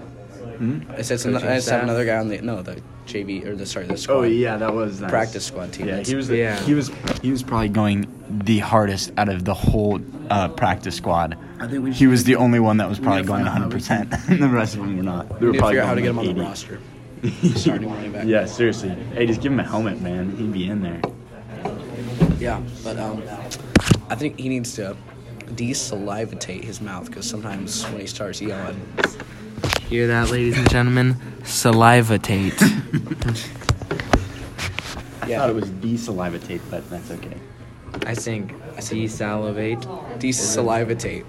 [SPEAKER 7] I said it's
[SPEAKER 3] Coaching
[SPEAKER 7] an, nice to have
[SPEAKER 3] staff?
[SPEAKER 7] another guy on the no the JV or the sorry the squad.
[SPEAKER 4] Oh yeah, that was nice.
[SPEAKER 7] Practice squad team.
[SPEAKER 4] Yeah, he was.
[SPEAKER 3] Yeah.
[SPEAKER 4] He was. He was probably going the hardest out of the whole uh, practice squad. I think we he was the only one that was probably going 100. percent The rest of them were not. They were
[SPEAKER 7] We need to
[SPEAKER 4] probably
[SPEAKER 7] figure out how to
[SPEAKER 4] going
[SPEAKER 7] get him on
[SPEAKER 4] 80.
[SPEAKER 7] the roster. Starting running back.
[SPEAKER 4] Yeah, seriously. Hey, just give him a helmet, man. He'd be in there.
[SPEAKER 7] Yeah, but um, I think he needs to desalivate his mouth because sometimes when he starts yelling,
[SPEAKER 3] Hear that, ladies and gentlemen? Salivatate.
[SPEAKER 4] I thought it was desalivatate, but that's okay.
[SPEAKER 3] I think desalivate.
[SPEAKER 7] desalivate.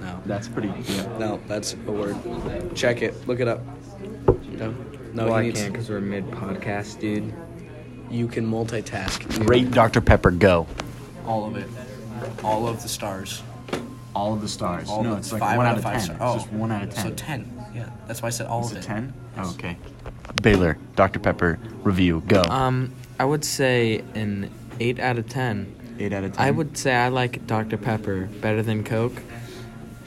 [SPEAKER 7] No,
[SPEAKER 4] That's pretty. Yeah.
[SPEAKER 7] no, that's a word. Check it. Look it up. No, no,
[SPEAKER 3] Well,
[SPEAKER 7] he
[SPEAKER 3] I
[SPEAKER 7] needs-
[SPEAKER 3] can't because we're mid podcast, dude.
[SPEAKER 7] You can multitask. dude.
[SPEAKER 4] Rate Dr Pepper. Go.
[SPEAKER 7] all of it, all of the stars.
[SPEAKER 4] All of the stars.
[SPEAKER 7] All
[SPEAKER 4] no,
[SPEAKER 7] of
[SPEAKER 4] it's like
[SPEAKER 7] five Oh.
[SPEAKER 4] one
[SPEAKER 7] out
[SPEAKER 4] out of
[SPEAKER 7] five
[SPEAKER 4] ten.
[SPEAKER 7] star-
[SPEAKER 4] It's just one out of ten.
[SPEAKER 7] So ten. Yeah, that's why I said all
[SPEAKER 4] Is
[SPEAKER 7] of
[SPEAKER 4] it
[SPEAKER 7] it.
[SPEAKER 4] ten? Oh, okay. Baylor, Dr. Pepper, review, go.
[SPEAKER 7] Uh,
[SPEAKER 3] Um, I would say an eight out of ten.
[SPEAKER 4] Eight out of ten.
[SPEAKER 3] I would say I like Dr. Pepper better than Coke.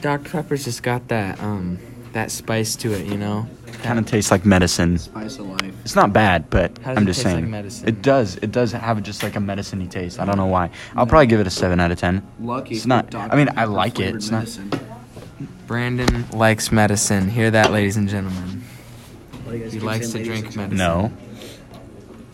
[SPEAKER 3] Dr. Pepper's just got that um that spice to it, you know.
[SPEAKER 4] kind of tastes like medicine.
[SPEAKER 7] Spice of life.
[SPEAKER 4] It's not bad, but
[SPEAKER 3] How does
[SPEAKER 4] I'm
[SPEAKER 3] it
[SPEAKER 4] just
[SPEAKER 3] taste like
[SPEAKER 4] saying.
[SPEAKER 3] medicine?
[SPEAKER 4] It does. It does have just like a medicine-y taste. I don't know why. I'll probably give it a seven out of ten.
[SPEAKER 7] Lucky.
[SPEAKER 4] It's
[SPEAKER 7] for
[SPEAKER 4] not-
[SPEAKER 7] Dr.
[SPEAKER 4] I mean, I
[SPEAKER 7] Pepper
[SPEAKER 4] like it.
[SPEAKER 7] flavored
[SPEAKER 4] It's not-
[SPEAKER 7] medicine.
[SPEAKER 3] Brandon likes medicine. Hear that, ladies and gentlemen.
[SPEAKER 7] What do you guys
[SPEAKER 3] He
[SPEAKER 7] keep
[SPEAKER 3] likes to
[SPEAKER 7] saying, ladies
[SPEAKER 3] drink
[SPEAKER 7] and gentlemen?
[SPEAKER 3] medicine.
[SPEAKER 4] No.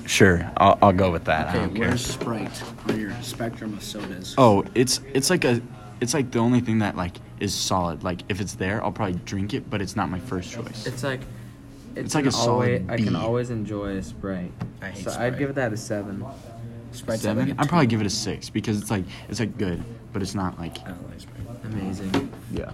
[SPEAKER 4] Sure, I'll, I'll go with that. I don't
[SPEAKER 7] Okay,
[SPEAKER 4] care.
[SPEAKER 7] where's Sprite on your spectrum of sodas?
[SPEAKER 4] Oh, it's it's like a it's like the only thing that like is solid. Like if it's there, I'll probably drink it, but it's not my first choice.
[SPEAKER 3] It's like
[SPEAKER 4] It's like a solid
[SPEAKER 3] I can
[SPEAKER 4] B.
[SPEAKER 3] always enjoy a Sprite.
[SPEAKER 7] I hate
[SPEAKER 3] so
[SPEAKER 7] Sprite.
[SPEAKER 3] I'd give that a seven.
[SPEAKER 7] Sprite's
[SPEAKER 4] Seven?
[SPEAKER 7] like a
[SPEAKER 4] I'd
[SPEAKER 7] two.
[SPEAKER 4] probably give it a six because it's like it's like good, but it's not like
[SPEAKER 7] I don't like Sprite.
[SPEAKER 3] Amazing.
[SPEAKER 4] yeah.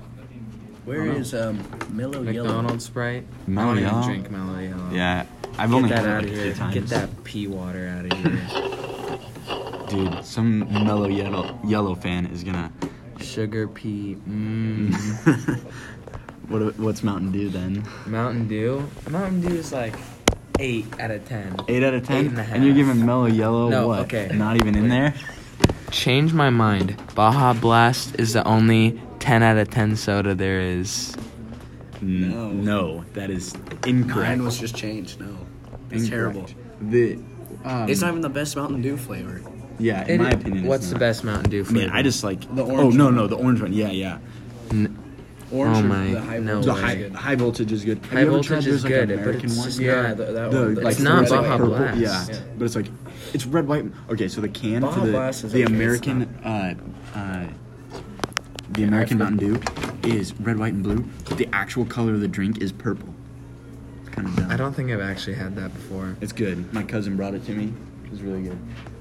[SPEAKER 7] Where is um Mellow Yellow?
[SPEAKER 3] McDonald's Sprite.
[SPEAKER 4] Mellow
[SPEAKER 3] I don't
[SPEAKER 4] Yellow?
[SPEAKER 3] even drink Mellow Yellow.
[SPEAKER 4] Yeah, I've
[SPEAKER 3] Get
[SPEAKER 4] only
[SPEAKER 3] that
[SPEAKER 4] had it
[SPEAKER 3] out
[SPEAKER 4] like
[SPEAKER 3] of
[SPEAKER 4] a few
[SPEAKER 3] here. Get
[SPEAKER 4] times.
[SPEAKER 3] that pee water out of here.
[SPEAKER 4] dude. Some mellow yellow yellow fan is gonna.
[SPEAKER 3] Sugar pee. Mmm.
[SPEAKER 4] what what's Mountain Dew then?
[SPEAKER 3] Mountain Dew. Mountain Dew is like eight out of ten.
[SPEAKER 4] Eight out of ten.
[SPEAKER 3] Eight and a half.
[SPEAKER 4] you're giving mellow yellow
[SPEAKER 3] No,
[SPEAKER 4] what?
[SPEAKER 3] okay.
[SPEAKER 4] Not even in there.
[SPEAKER 3] Change my mind. Baja Blast is the only ten out of ten soda there is.
[SPEAKER 4] N-
[SPEAKER 7] No.
[SPEAKER 4] No, that is incorrect.
[SPEAKER 7] Mine was just changed. No, it's
[SPEAKER 4] Incorrect.
[SPEAKER 7] terrible.
[SPEAKER 4] The um,
[SPEAKER 7] It's not even the best Mountain Dew flavor.
[SPEAKER 4] yeah, in my opinion. it's
[SPEAKER 3] what's the
[SPEAKER 4] not.
[SPEAKER 3] best Mountain Dew
[SPEAKER 4] I
[SPEAKER 3] for
[SPEAKER 4] mean, I just like
[SPEAKER 7] The
[SPEAKER 4] Oh
[SPEAKER 7] orange
[SPEAKER 4] no,
[SPEAKER 7] one.
[SPEAKER 4] no, the orange one. Yeah, yeah.
[SPEAKER 7] Orange
[SPEAKER 3] Oh
[SPEAKER 7] or
[SPEAKER 3] my-
[SPEAKER 7] the high
[SPEAKER 3] no
[SPEAKER 7] voltage
[SPEAKER 4] The
[SPEAKER 7] is
[SPEAKER 3] way.
[SPEAKER 4] high,
[SPEAKER 7] good.
[SPEAKER 4] high voltage is good. Have
[SPEAKER 3] High
[SPEAKER 4] you ever
[SPEAKER 3] voltage
[SPEAKER 4] tried
[SPEAKER 3] is
[SPEAKER 4] those, like,
[SPEAKER 3] good, but
[SPEAKER 4] American
[SPEAKER 3] it's
[SPEAKER 4] ones?
[SPEAKER 3] just
[SPEAKER 7] Yeah, the, that
[SPEAKER 4] The,
[SPEAKER 7] one.
[SPEAKER 4] like,
[SPEAKER 7] That's
[SPEAKER 4] the
[SPEAKER 7] the
[SPEAKER 3] not
[SPEAKER 4] red,
[SPEAKER 7] red,
[SPEAKER 3] Baja
[SPEAKER 7] like,
[SPEAKER 4] purple-
[SPEAKER 3] Blast.
[SPEAKER 4] Yeah,
[SPEAKER 7] Yeah.
[SPEAKER 4] but it's like it's red white. Okay, so the can
[SPEAKER 7] Baja
[SPEAKER 4] for the
[SPEAKER 7] Blast is
[SPEAKER 4] the
[SPEAKER 7] okay, it's
[SPEAKER 4] American uh, uh, the American Mountain Dew is red, white, and blue. The actual color of the drink is purple. Kind of dumb.
[SPEAKER 3] I don't think I've actually had that before.
[SPEAKER 4] It's good. My cousin brought it to me. It was really good.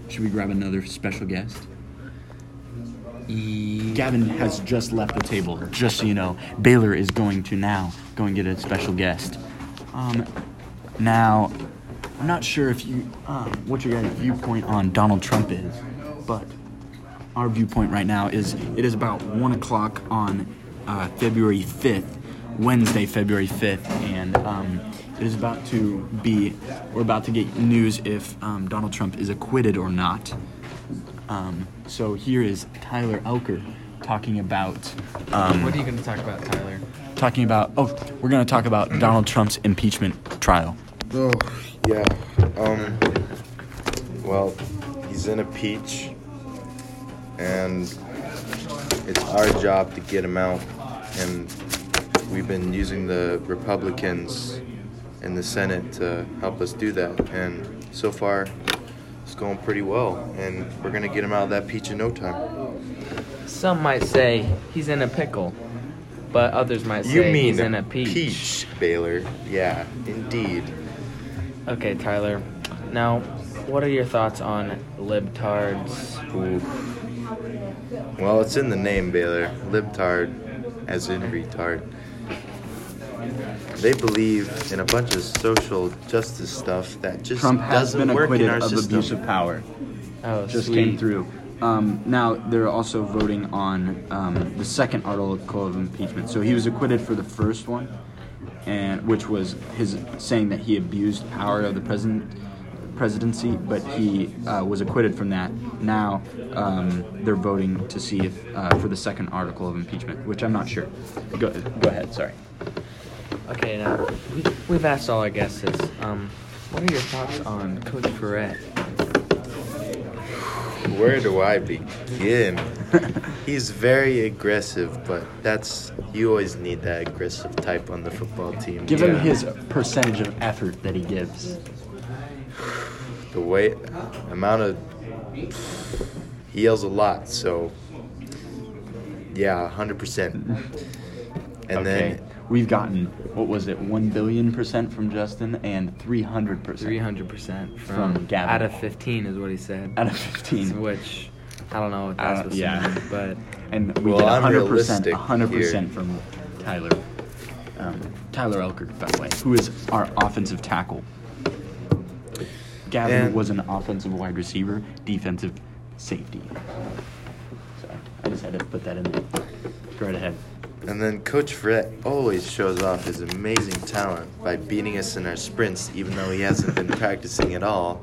[SPEAKER 4] Should we grab another special guest? Gavin has just left the table. Just so you know, Baylor is going to now go and get a special guest. Um, now, I'm not sure if you um, what your guys' viewpoint on Donald Trump is, but our viewpoint right now is it is about one o'clock on uh, February 5th, Wednesday, February 5th, and um, it is about to be we're about to get news if um, Donald Trump is acquitted or not. Um, so here is Tyler Elker talking about
[SPEAKER 3] What are you gonna talk about, Tyler?
[SPEAKER 4] talking about oh we're going to talk about Donald Trump's impeachment trial.
[SPEAKER 8] Oh, yeah. Um, well, he's in a peach, and it's our job to get him out. And we've been using the Republicans in the Senate to help us do that. And so far, it's going pretty well. And we're going to get him out of that peach in no time.
[SPEAKER 3] Some might say he's in a pickle, but others might say he's in a peach.
[SPEAKER 8] peach, Baylor. Yeah, indeed.
[SPEAKER 3] Okay, Tyler. Now, what are your thoughts on libtards?
[SPEAKER 8] Ooh. Well, it's in the name, Baylor. Libtard, as in retard. They believe in a bunch of social justice stuff that just
[SPEAKER 4] Trump has
[SPEAKER 8] doesn't
[SPEAKER 4] been
[SPEAKER 8] work in
[SPEAKER 4] acquitted
[SPEAKER 8] our
[SPEAKER 4] of
[SPEAKER 8] system.
[SPEAKER 4] abuse of power.
[SPEAKER 3] Oh,
[SPEAKER 4] just
[SPEAKER 3] sweet.
[SPEAKER 4] came through. Um, now they're also voting on um, the second article of impeachment. So he was acquitted for the first one, and which was his saying that he abused power of the president presidency, but he uh, was acquitted from that. Now um, they're voting to see if uh, for the second article of impeachment, which I'm not sure. Go, go ahead. Sorry.
[SPEAKER 3] Okay, now we, we've asked all our guests this. Um, what are your thoughts on Coach Perret?
[SPEAKER 8] Where do I begin? He's very aggressive, but that's you always need that aggressive type on the football team.
[SPEAKER 4] Give him his percentage of effort that he gives.
[SPEAKER 8] the way amount of he yells a lot so yeah 100% and
[SPEAKER 4] okay.
[SPEAKER 8] then
[SPEAKER 4] We've gotten what was it, one billion percent from Justin and three hundred percent.
[SPEAKER 3] 300% from,
[SPEAKER 4] From Gavin.
[SPEAKER 3] out of 15 is what he said.
[SPEAKER 4] out of 15.
[SPEAKER 3] Which, I don't know what that's
[SPEAKER 4] Uh,
[SPEAKER 3] supposed
[SPEAKER 4] yeah.
[SPEAKER 3] to mean, but
[SPEAKER 4] And we
[SPEAKER 8] Well,
[SPEAKER 4] get
[SPEAKER 8] I'm
[SPEAKER 4] 100%,
[SPEAKER 8] realistic
[SPEAKER 4] 100%
[SPEAKER 8] here.
[SPEAKER 4] from Tyler. Um, Tyler Elkert, by the way, who is our offensive tackle. Gavin
[SPEAKER 8] And-
[SPEAKER 4] was an offensive wide receiver, defensive safety. Sorry, I just had to put that in there. Go right ahead.
[SPEAKER 8] And then Coach Fred always shows off his amazing talent by beating us in our sprints, even though he hasn't been practicing at all.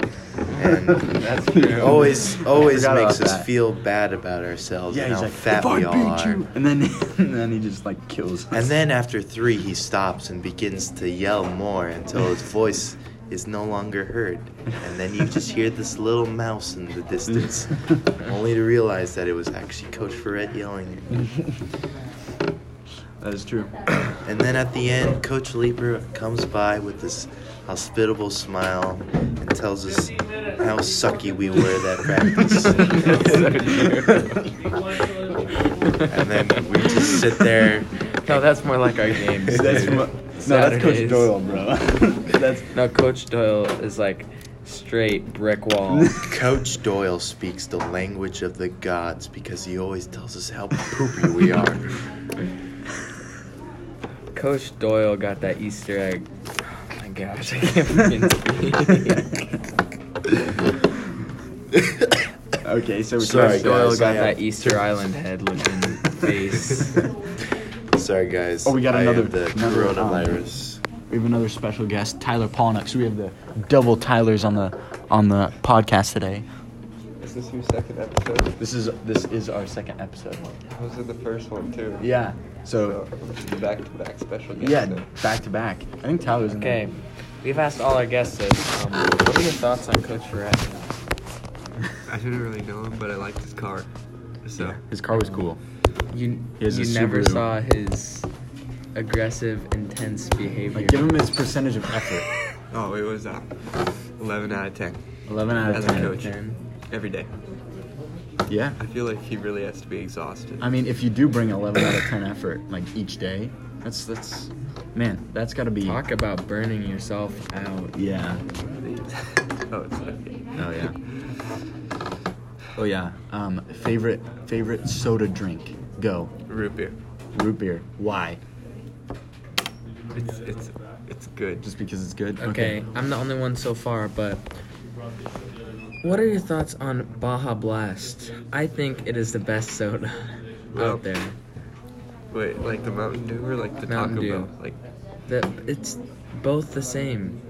[SPEAKER 8] And
[SPEAKER 9] That's true.
[SPEAKER 8] always, always
[SPEAKER 9] forgot
[SPEAKER 8] makes
[SPEAKER 9] about
[SPEAKER 8] us
[SPEAKER 9] that.
[SPEAKER 8] feel bad about ourselves
[SPEAKER 4] Yeah,
[SPEAKER 8] and
[SPEAKER 4] he's
[SPEAKER 8] how
[SPEAKER 4] like,
[SPEAKER 8] fat
[SPEAKER 4] if I
[SPEAKER 8] we all
[SPEAKER 4] beat
[SPEAKER 8] are.
[SPEAKER 4] you, and then and then he just like kills us.
[SPEAKER 8] And then after three, he stops and begins to yell more until his voice is no longer heard. And then you just hear this little mouse in the distance, only to realize that it was actually Coach Ferret yelling.
[SPEAKER 4] that is true.
[SPEAKER 8] And then at the end, Coach Leeper comes by with this hospitable smile and tells us how sucky we were that practice. and then we just sit there.
[SPEAKER 3] No, that's more like our games.
[SPEAKER 4] that's
[SPEAKER 3] dude.
[SPEAKER 4] mu- no, that's Coach
[SPEAKER 3] Saturdays.
[SPEAKER 4] Doyle, bro. that's
[SPEAKER 3] No, Coach Doyle is like straight brick wall.
[SPEAKER 8] Coach Doyle speaks the language of the gods because he always tells us how poopy we are.
[SPEAKER 3] Coach Doyle got that Easter egg. Oh my gosh, I can't freaking speak.
[SPEAKER 4] okay. So we
[SPEAKER 8] Sorry,
[SPEAKER 3] Coach Doyle
[SPEAKER 8] guys,
[SPEAKER 3] got
[SPEAKER 8] I
[SPEAKER 3] that
[SPEAKER 8] am-
[SPEAKER 3] Easter Island head looking face.
[SPEAKER 8] Sorry, guys.
[SPEAKER 4] Oh, we got
[SPEAKER 8] I am
[SPEAKER 4] another-
[SPEAKER 8] the
[SPEAKER 4] another, um,
[SPEAKER 8] coronavirus.
[SPEAKER 4] We have another special guest, Tyler Polnick. So we have the double Tylers on the on the podcast today.
[SPEAKER 6] Is this your second episode?
[SPEAKER 4] This is this is our second episode.
[SPEAKER 6] Those are the first one too.
[SPEAKER 4] Yeah. So
[SPEAKER 6] back to back special guest.
[SPEAKER 4] yeah, back to back. I think Tyler's in
[SPEAKER 3] Okay, we've asked all our guests this. Um, what are your thoughts on Coach Ferret?
[SPEAKER 6] I didn't really know him, but I liked his car. So
[SPEAKER 4] His car was cool.
[SPEAKER 3] You,
[SPEAKER 4] He has
[SPEAKER 3] you
[SPEAKER 4] a
[SPEAKER 3] never
[SPEAKER 4] Subaru.
[SPEAKER 3] saw his aggressive, intense behavior.
[SPEAKER 4] Like give him his percentage of effort.
[SPEAKER 6] oh, it was uh, 11 out of 10
[SPEAKER 4] Eleven out of
[SPEAKER 6] as a
[SPEAKER 4] ten.
[SPEAKER 6] coach every day.
[SPEAKER 4] Yeah.
[SPEAKER 6] I feel like he really has to be exhausted.
[SPEAKER 4] I mean, if you do bring eleven out of ten effort like each day, that's that's man, that's got to be.
[SPEAKER 3] Talk about burning yourself out.
[SPEAKER 4] Yeah.
[SPEAKER 6] oh, it's okay.
[SPEAKER 4] Oh yeah. Oh yeah. Um, favorite favorite soda drink? Go.
[SPEAKER 6] Root beer.
[SPEAKER 4] Root beer. Why?
[SPEAKER 6] It's it's it's good.
[SPEAKER 4] Just because it's good.
[SPEAKER 3] Okay, I'm the only one so far, but what are your thoughts on Baja Blast? I think it is the best soda
[SPEAKER 6] Well,
[SPEAKER 3] out there.
[SPEAKER 6] Wait, like the Mountain Dew or like the
[SPEAKER 3] Mountain
[SPEAKER 6] Taco
[SPEAKER 3] Dew.
[SPEAKER 6] Bell? Like,
[SPEAKER 3] The, it's both the same.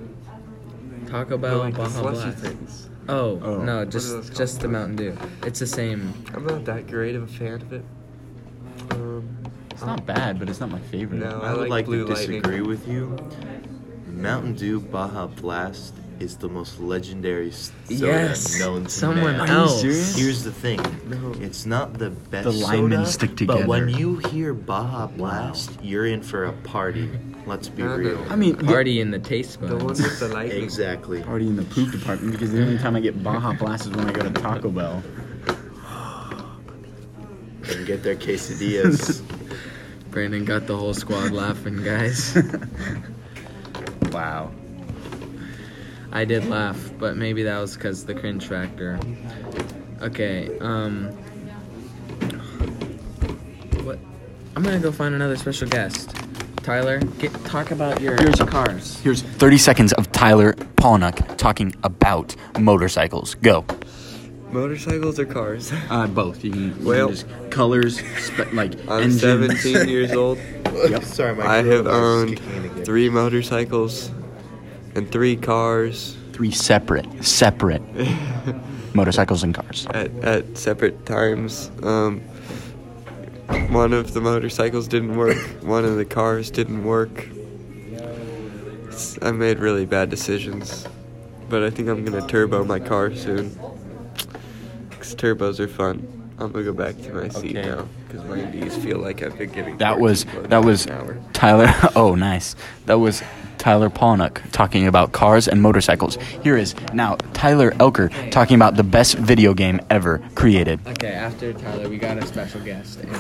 [SPEAKER 3] Taco
[SPEAKER 6] but
[SPEAKER 3] Bell,
[SPEAKER 6] like the
[SPEAKER 3] Baja
[SPEAKER 6] slushy
[SPEAKER 3] Blast.
[SPEAKER 6] things.
[SPEAKER 3] Oh,
[SPEAKER 4] Oh. What
[SPEAKER 3] no,
[SPEAKER 4] are
[SPEAKER 6] those
[SPEAKER 3] just
[SPEAKER 6] called?
[SPEAKER 3] just the Mountain Dew. It's the same.
[SPEAKER 6] I'm not that great of a fan of it. Um,
[SPEAKER 4] It's not bad, but it's not my favorite.
[SPEAKER 6] no, I,
[SPEAKER 8] I would like,
[SPEAKER 6] blue
[SPEAKER 8] to
[SPEAKER 6] lightning.
[SPEAKER 8] disagree with you. Mountain Dew Baja Blast is the most legendary s- soda
[SPEAKER 3] yes,
[SPEAKER 8] known to
[SPEAKER 3] someone
[SPEAKER 8] man.
[SPEAKER 4] you
[SPEAKER 3] else.
[SPEAKER 4] serious?
[SPEAKER 8] Here's the thing. It's not the best.
[SPEAKER 4] The linemen
[SPEAKER 8] soda,
[SPEAKER 4] stick
[SPEAKER 8] But when
[SPEAKER 4] together.
[SPEAKER 8] you hear Baja Blast, you're in for a party. Let's be
[SPEAKER 6] No, no.
[SPEAKER 8] real.
[SPEAKER 4] I mean, yeah,
[SPEAKER 3] Party in the taste buds.
[SPEAKER 6] The one with the lightning.
[SPEAKER 8] Exactly.
[SPEAKER 4] already in the poop department because the only time I get Baja Blast is when I go to Taco Bell.
[SPEAKER 8] And get their quesadillas.
[SPEAKER 3] Brandon got the whole squad laughing, guys.
[SPEAKER 4] Wow.
[SPEAKER 3] I did laugh, but maybe that was because the cringe factor. Okay, um. What? I'm gonna go find another special guest. Tyler, get, talk about your cars.
[SPEAKER 7] Here's 30 seconds of Tyler Polnick talking about motorcycles. Go.
[SPEAKER 6] Motorcycles or cars?
[SPEAKER 4] Uh, both. You can, you
[SPEAKER 6] Well-
[SPEAKER 4] can just colors, spe- like
[SPEAKER 6] I'm
[SPEAKER 4] engine.
[SPEAKER 6] 17 years old.
[SPEAKER 8] Sorry, my
[SPEAKER 6] I
[SPEAKER 8] coronavirus
[SPEAKER 6] have
[SPEAKER 8] is
[SPEAKER 6] owned
[SPEAKER 8] kicking in again.
[SPEAKER 6] three motorcycles and three cars
[SPEAKER 7] Three separate, separate motorcycles and cars.
[SPEAKER 6] at, at separate times. Um, one of the motorcycles didn't work, one of the cars didn't work. S- I made really bad decisions, but I think I'm gonna turbo my car soon. 'Cause turbos are fun. I'm gonna go back to my seat
[SPEAKER 4] Okay.
[SPEAKER 6] now because my knees feel like I've been giving.
[SPEAKER 7] That was
[SPEAKER 6] 14 blows
[SPEAKER 7] that
[SPEAKER 6] an
[SPEAKER 7] was
[SPEAKER 6] hour.
[SPEAKER 7] Tyler. Oh, nice. That was Tyler Polnick talking about cars and motorcycles. Here is now Tyler Elker talking about the best video game ever created.
[SPEAKER 3] Okay, after Tyler, we got a special guest. And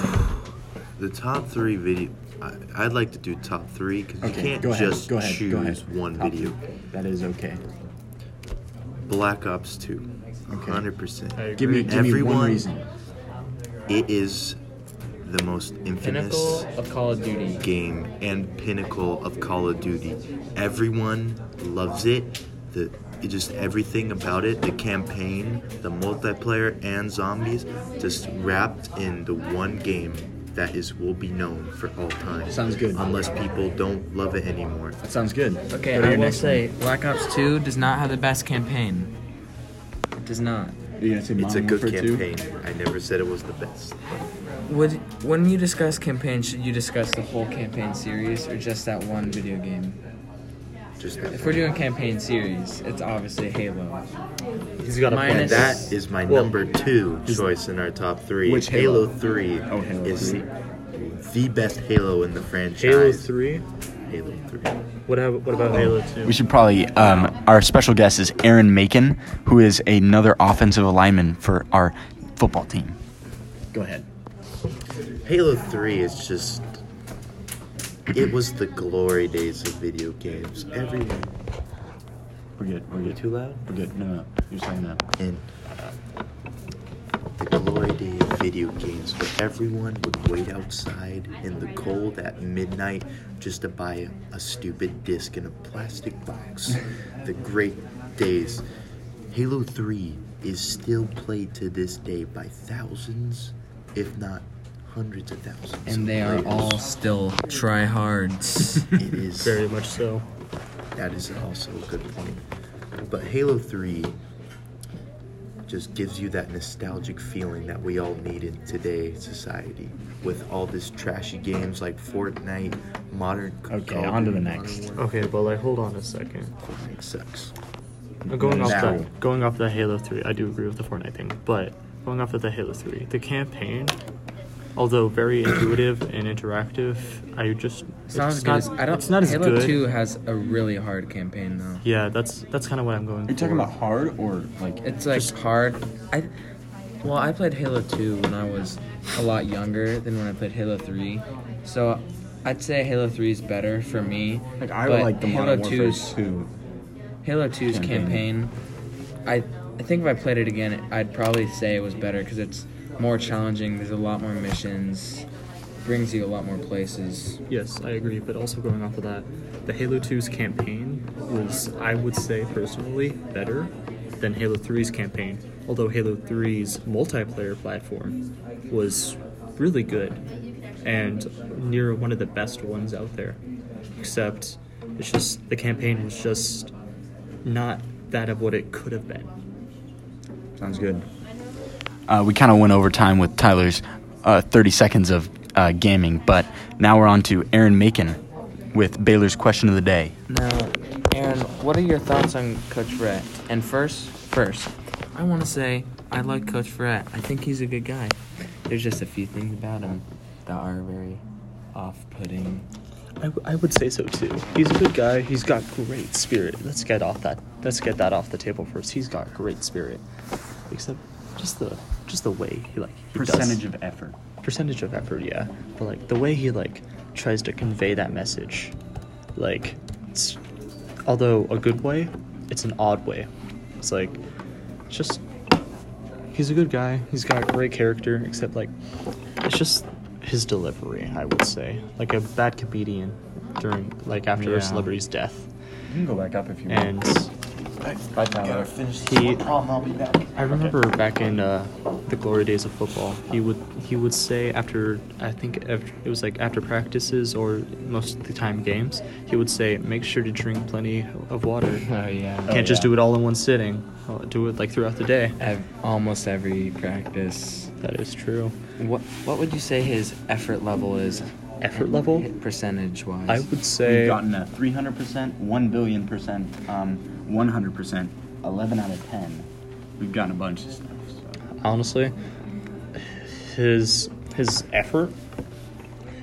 [SPEAKER 8] The top three video. I, I'd like to do top three because
[SPEAKER 4] Okay,
[SPEAKER 8] you can't
[SPEAKER 4] go ahead,
[SPEAKER 8] just
[SPEAKER 4] go ahead,
[SPEAKER 8] choose
[SPEAKER 4] go ahead.
[SPEAKER 8] one
[SPEAKER 4] Top
[SPEAKER 8] video.
[SPEAKER 4] That is okay.
[SPEAKER 8] Black Ops 2. 100%.
[SPEAKER 4] Give me, give me one
[SPEAKER 8] Everyone-
[SPEAKER 4] reason.
[SPEAKER 8] It is the most infamous
[SPEAKER 3] pinnacle of Call of Duty.
[SPEAKER 8] game and pinnacle of Call of Duty. Everyone loves it. The it just everything about it, the campaign, the multiplayer and zombies just wrapped into one game. that is will be known for all time.
[SPEAKER 4] Sounds good.
[SPEAKER 8] Unless people don't love it anymore.
[SPEAKER 4] That sounds good.
[SPEAKER 3] Okay,
[SPEAKER 4] Go to
[SPEAKER 3] I
[SPEAKER 4] your
[SPEAKER 3] will
[SPEAKER 4] next
[SPEAKER 3] say Black Ops 2 does not have the best campaign. It does not.
[SPEAKER 4] one. You gonna say
[SPEAKER 8] It's a
[SPEAKER 4] Modern
[SPEAKER 8] good
[SPEAKER 4] Warfare 2?
[SPEAKER 8] campaign. I never said it was the best.
[SPEAKER 3] Would when you discuss campaign, should you discuss the whole campaign series or just that one video game?
[SPEAKER 8] Just
[SPEAKER 3] If we're doing campaign series, it's obviously Halo.
[SPEAKER 2] He's got a
[SPEAKER 3] Mine
[SPEAKER 8] and
[SPEAKER 2] plan.
[SPEAKER 3] is-
[SPEAKER 8] that is my number two choice in our top three.
[SPEAKER 4] Which
[SPEAKER 8] Halo,
[SPEAKER 4] Halo?
[SPEAKER 8] 3
[SPEAKER 4] Oh, Halo
[SPEAKER 8] is
[SPEAKER 4] 3.
[SPEAKER 8] the best Halo in the franchise.
[SPEAKER 2] Halo Three.
[SPEAKER 8] Halo 3.
[SPEAKER 2] What, have, what about Halo Two?
[SPEAKER 4] We should probably. Um, our special guest is Aaron Macon, who is another offensive lineman for our football team. Go ahead.
[SPEAKER 8] Halo 3 is just. It was the glory days of video games. Everyone.
[SPEAKER 4] We're good. We're good.
[SPEAKER 8] Too loud?
[SPEAKER 4] We're good. No, no. You're saying that.
[SPEAKER 8] And uh, the glory day of video games where everyone would wait outside in the cold at midnight just to buy a stupid disc in a plastic box. the great days. Halo 3 is still played to this day by thousands, if not hundreds of thousands.
[SPEAKER 3] And
[SPEAKER 8] of
[SPEAKER 3] they are
[SPEAKER 8] players.
[SPEAKER 3] all still tryhards.
[SPEAKER 8] It is.
[SPEAKER 2] Very much so.
[SPEAKER 8] That is also a good point. But Halo 3 just gives you that nostalgic feeling that we all need in today's society with all this trashy games like Fortnite, modern
[SPEAKER 4] Okay,
[SPEAKER 8] Call of
[SPEAKER 4] on to
[SPEAKER 8] Duty,
[SPEAKER 4] the
[SPEAKER 8] Modern
[SPEAKER 4] next.
[SPEAKER 8] Warfare.
[SPEAKER 2] Okay, but like, hold on a second.
[SPEAKER 8] Fortnite sucks.
[SPEAKER 2] Uh, Going off
[SPEAKER 8] Now.
[SPEAKER 2] the going off the Halo Three, I do agree with the Fortnite thing, but going off of the Halo Three, the campaign, although very intuitive and interactive, I just
[SPEAKER 3] It's not as good
[SPEAKER 2] not,
[SPEAKER 3] as I don't.
[SPEAKER 2] it's not as
[SPEAKER 3] Halo
[SPEAKER 2] good.
[SPEAKER 3] Two has a really hard campaign though.
[SPEAKER 2] Yeah, that's that's kind of what I'm going.
[SPEAKER 4] Are you talking
[SPEAKER 2] for.
[SPEAKER 4] about hard or like?
[SPEAKER 3] It's like hard. I well, I played Halo Two when I was a lot younger than when I played Halo Three, so I'd say Halo Three is better for me.
[SPEAKER 4] Like I
[SPEAKER 3] but
[SPEAKER 4] like the
[SPEAKER 3] Halo
[SPEAKER 4] Modern Warfare
[SPEAKER 3] 2's
[SPEAKER 4] 2.
[SPEAKER 3] Halo 2's campaign,
[SPEAKER 4] Campaign.
[SPEAKER 3] I I think if I played it again, I'd probably say it was better because it's more challenging. There's a lot more missions, brings you a lot more places.
[SPEAKER 10] Yes, I agree, but also going off of that, the Halo 2's campaign was, I would say personally, better than Halo 3's campaign, although Halo 3's multiplayer platform was really good and near one of the best ones out there. Except it's just the campaign was just not that of what it could have been.
[SPEAKER 4] Sounds good. Uh, we kind of went over time with Tyler's uh, 30 seconds of uh, gaming, but now we're on to Aaron Macon with Baylor's question of the day.
[SPEAKER 3] Now, Aaron, what are your thoughts on Coach Brett? And first, first, I want to say I like Coach Brett. I think he's a good guy. There's just a few things about him that are very off-putting.
[SPEAKER 10] I, w- I would say so too. He's a good guy. He's got great spirit. Let's get off that. Let's get that off the table first. He's got great spirit, except just the just the way he like he
[SPEAKER 4] Percentage
[SPEAKER 10] does,
[SPEAKER 4] of effort.
[SPEAKER 10] percentage of effort. Yeah, but like the way he like tries to convey that message, like it's although a good way, it's an odd way. It's like just he's a good guy. He's got great character, except like it's just his delivery. I would say like a bad comedian during like after
[SPEAKER 4] Yeah.
[SPEAKER 10] a celebrity's death
[SPEAKER 4] You can go back up if you
[SPEAKER 10] and.
[SPEAKER 4] Bye, Tyler.
[SPEAKER 10] He, I remember back in uh, the glory days of football, he would he would say after I think after, it was like after practices or most of the time games, he would say, "Make sure to drink plenty of water.
[SPEAKER 3] Oh yeah.
[SPEAKER 10] Can't just
[SPEAKER 4] yeah.
[SPEAKER 10] do it all in one sitting. Uh, Do it like throughout the day."
[SPEAKER 3] Ev- almost every practice.
[SPEAKER 10] That is true.
[SPEAKER 3] What What would you say his effort level is?
[SPEAKER 10] Effort level?
[SPEAKER 3] Percentage wise.
[SPEAKER 10] I would
[SPEAKER 4] We've
[SPEAKER 10] say
[SPEAKER 4] gotten a 300%, 1 billion percent, um, 100%, 11 out of 10. We've gotten a bunch of stuff. So.
[SPEAKER 10] honestly, his his effort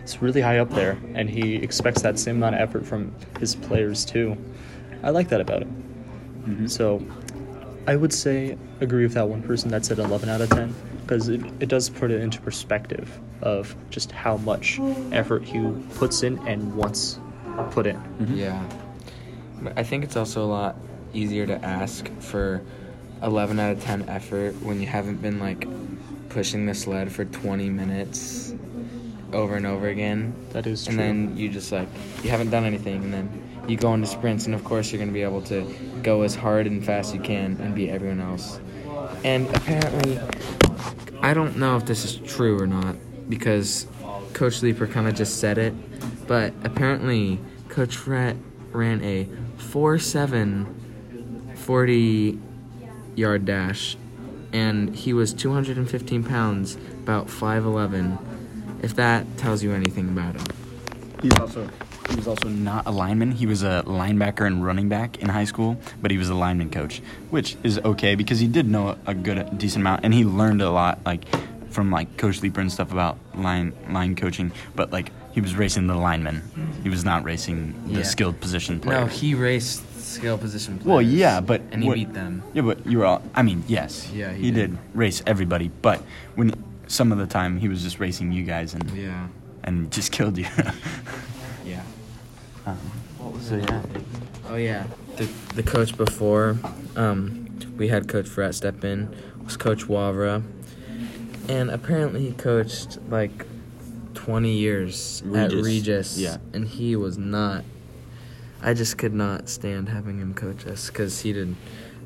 [SPEAKER 10] is really high up there, and he expects that same amount of effort from his players too. I like that about him. So, I would say agree with that one person that said 11 out of 10 because it, it does put it into perspective of just how much effort he puts in and wants put in.
[SPEAKER 3] Yeah. But I think it's also a lot easier to ask for 11 out of 10 effort when you haven't been like pushing the sled for 20 minutes over and over again.
[SPEAKER 10] That is true.
[SPEAKER 3] And then you just like, you haven't done anything. And then you go into sprints, and of course, you're going to be able to go as hard and fast you can and beat everyone else. And apparently, I don't know if this is true or not because Coach Leaper kind of just said it, but apparently Coach Rhett ran a 4 7 40 yard dash, and he was 215 pounds, about 5'11, if that tells you anything about him.
[SPEAKER 4] He was also he was also not a lineman. He was a linebacker and running back in high school, but he was a lineman coach, which is okay because he did know a good a decent amount and he learned a lot like from like Coach Leaper and stuff about line line coaching. But like he was racing the linemen. He was not racing the
[SPEAKER 3] Yeah.
[SPEAKER 4] skilled position player.
[SPEAKER 3] No, he raced skill position players.
[SPEAKER 4] Well, yeah, but
[SPEAKER 3] and he
[SPEAKER 4] what-
[SPEAKER 3] beat them.
[SPEAKER 4] Yeah, but you were all. I mean, yes.
[SPEAKER 3] Yeah, he
[SPEAKER 4] he
[SPEAKER 3] did.
[SPEAKER 4] did. race everybody, but when some of the time he was just racing you guys and
[SPEAKER 3] Yeah,
[SPEAKER 4] and just killed you.
[SPEAKER 3] yeah.
[SPEAKER 4] so yeah.
[SPEAKER 3] Oh yeah, the the coach before, um, we had Coach Frat step in was Coach Wavra, and apparently he coached like twenty years at
[SPEAKER 4] Regis,
[SPEAKER 3] Regis.
[SPEAKER 4] yeah.
[SPEAKER 3] and he was not. I just could not stand having him coach us because he did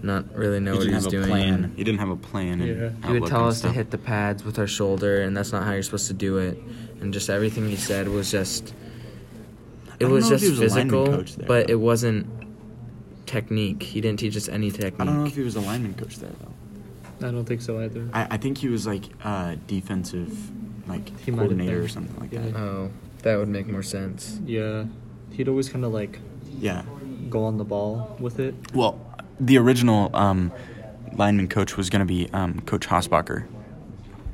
[SPEAKER 3] not really know
[SPEAKER 4] He
[SPEAKER 3] what he
[SPEAKER 4] didn't
[SPEAKER 3] was
[SPEAKER 4] have a
[SPEAKER 3] doing.
[SPEAKER 4] plan. He didn't have a plan. and
[SPEAKER 10] Yeah. He would
[SPEAKER 3] He would
[SPEAKER 4] outlook
[SPEAKER 3] tell
[SPEAKER 4] and
[SPEAKER 3] us
[SPEAKER 4] stuff.
[SPEAKER 3] to hit the pads with our shoulder, and that's not how you're supposed to do it. And just everything he said was just. It
[SPEAKER 4] don't
[SPEAKER 3] was
[SPEAKER 4] know if
[SPEAKER 3] just
[SPEAKER 4] he was a lineman
[SPEAKER 3] physical,
[SPEAKER 4] coach there,
[SPEAKER 3] but
[SPEAKER 4] though.
[SPEAKER 3] it wasn't technique. He didn't teach us any technique.
[SPEAKER 4] I don't know if he was a lineman coach there though.
[SPEAKER 10] I don't think so either.
[SPEAKER 4] I, I think he was like uh, defensive, like
[SPEAKER 10] He might have
[SPEAKER 4] coordinator
[SPEAKER 10] been.
[SPEAKER 4] or something like
[SPEAKER 10] Yeah.
[SPEAKER 4] that.
[SPEAKER 3] Oh, that would make more sense.
[SPEAKER 10] Yeah. He'd always kind of like
[SPEAKER 4] Yeah.
[SPEAKER 10] go on the ball with it.
[SPEAKER 4] Well, the original um, lineman coach was going to be um, Coach Hosbacher,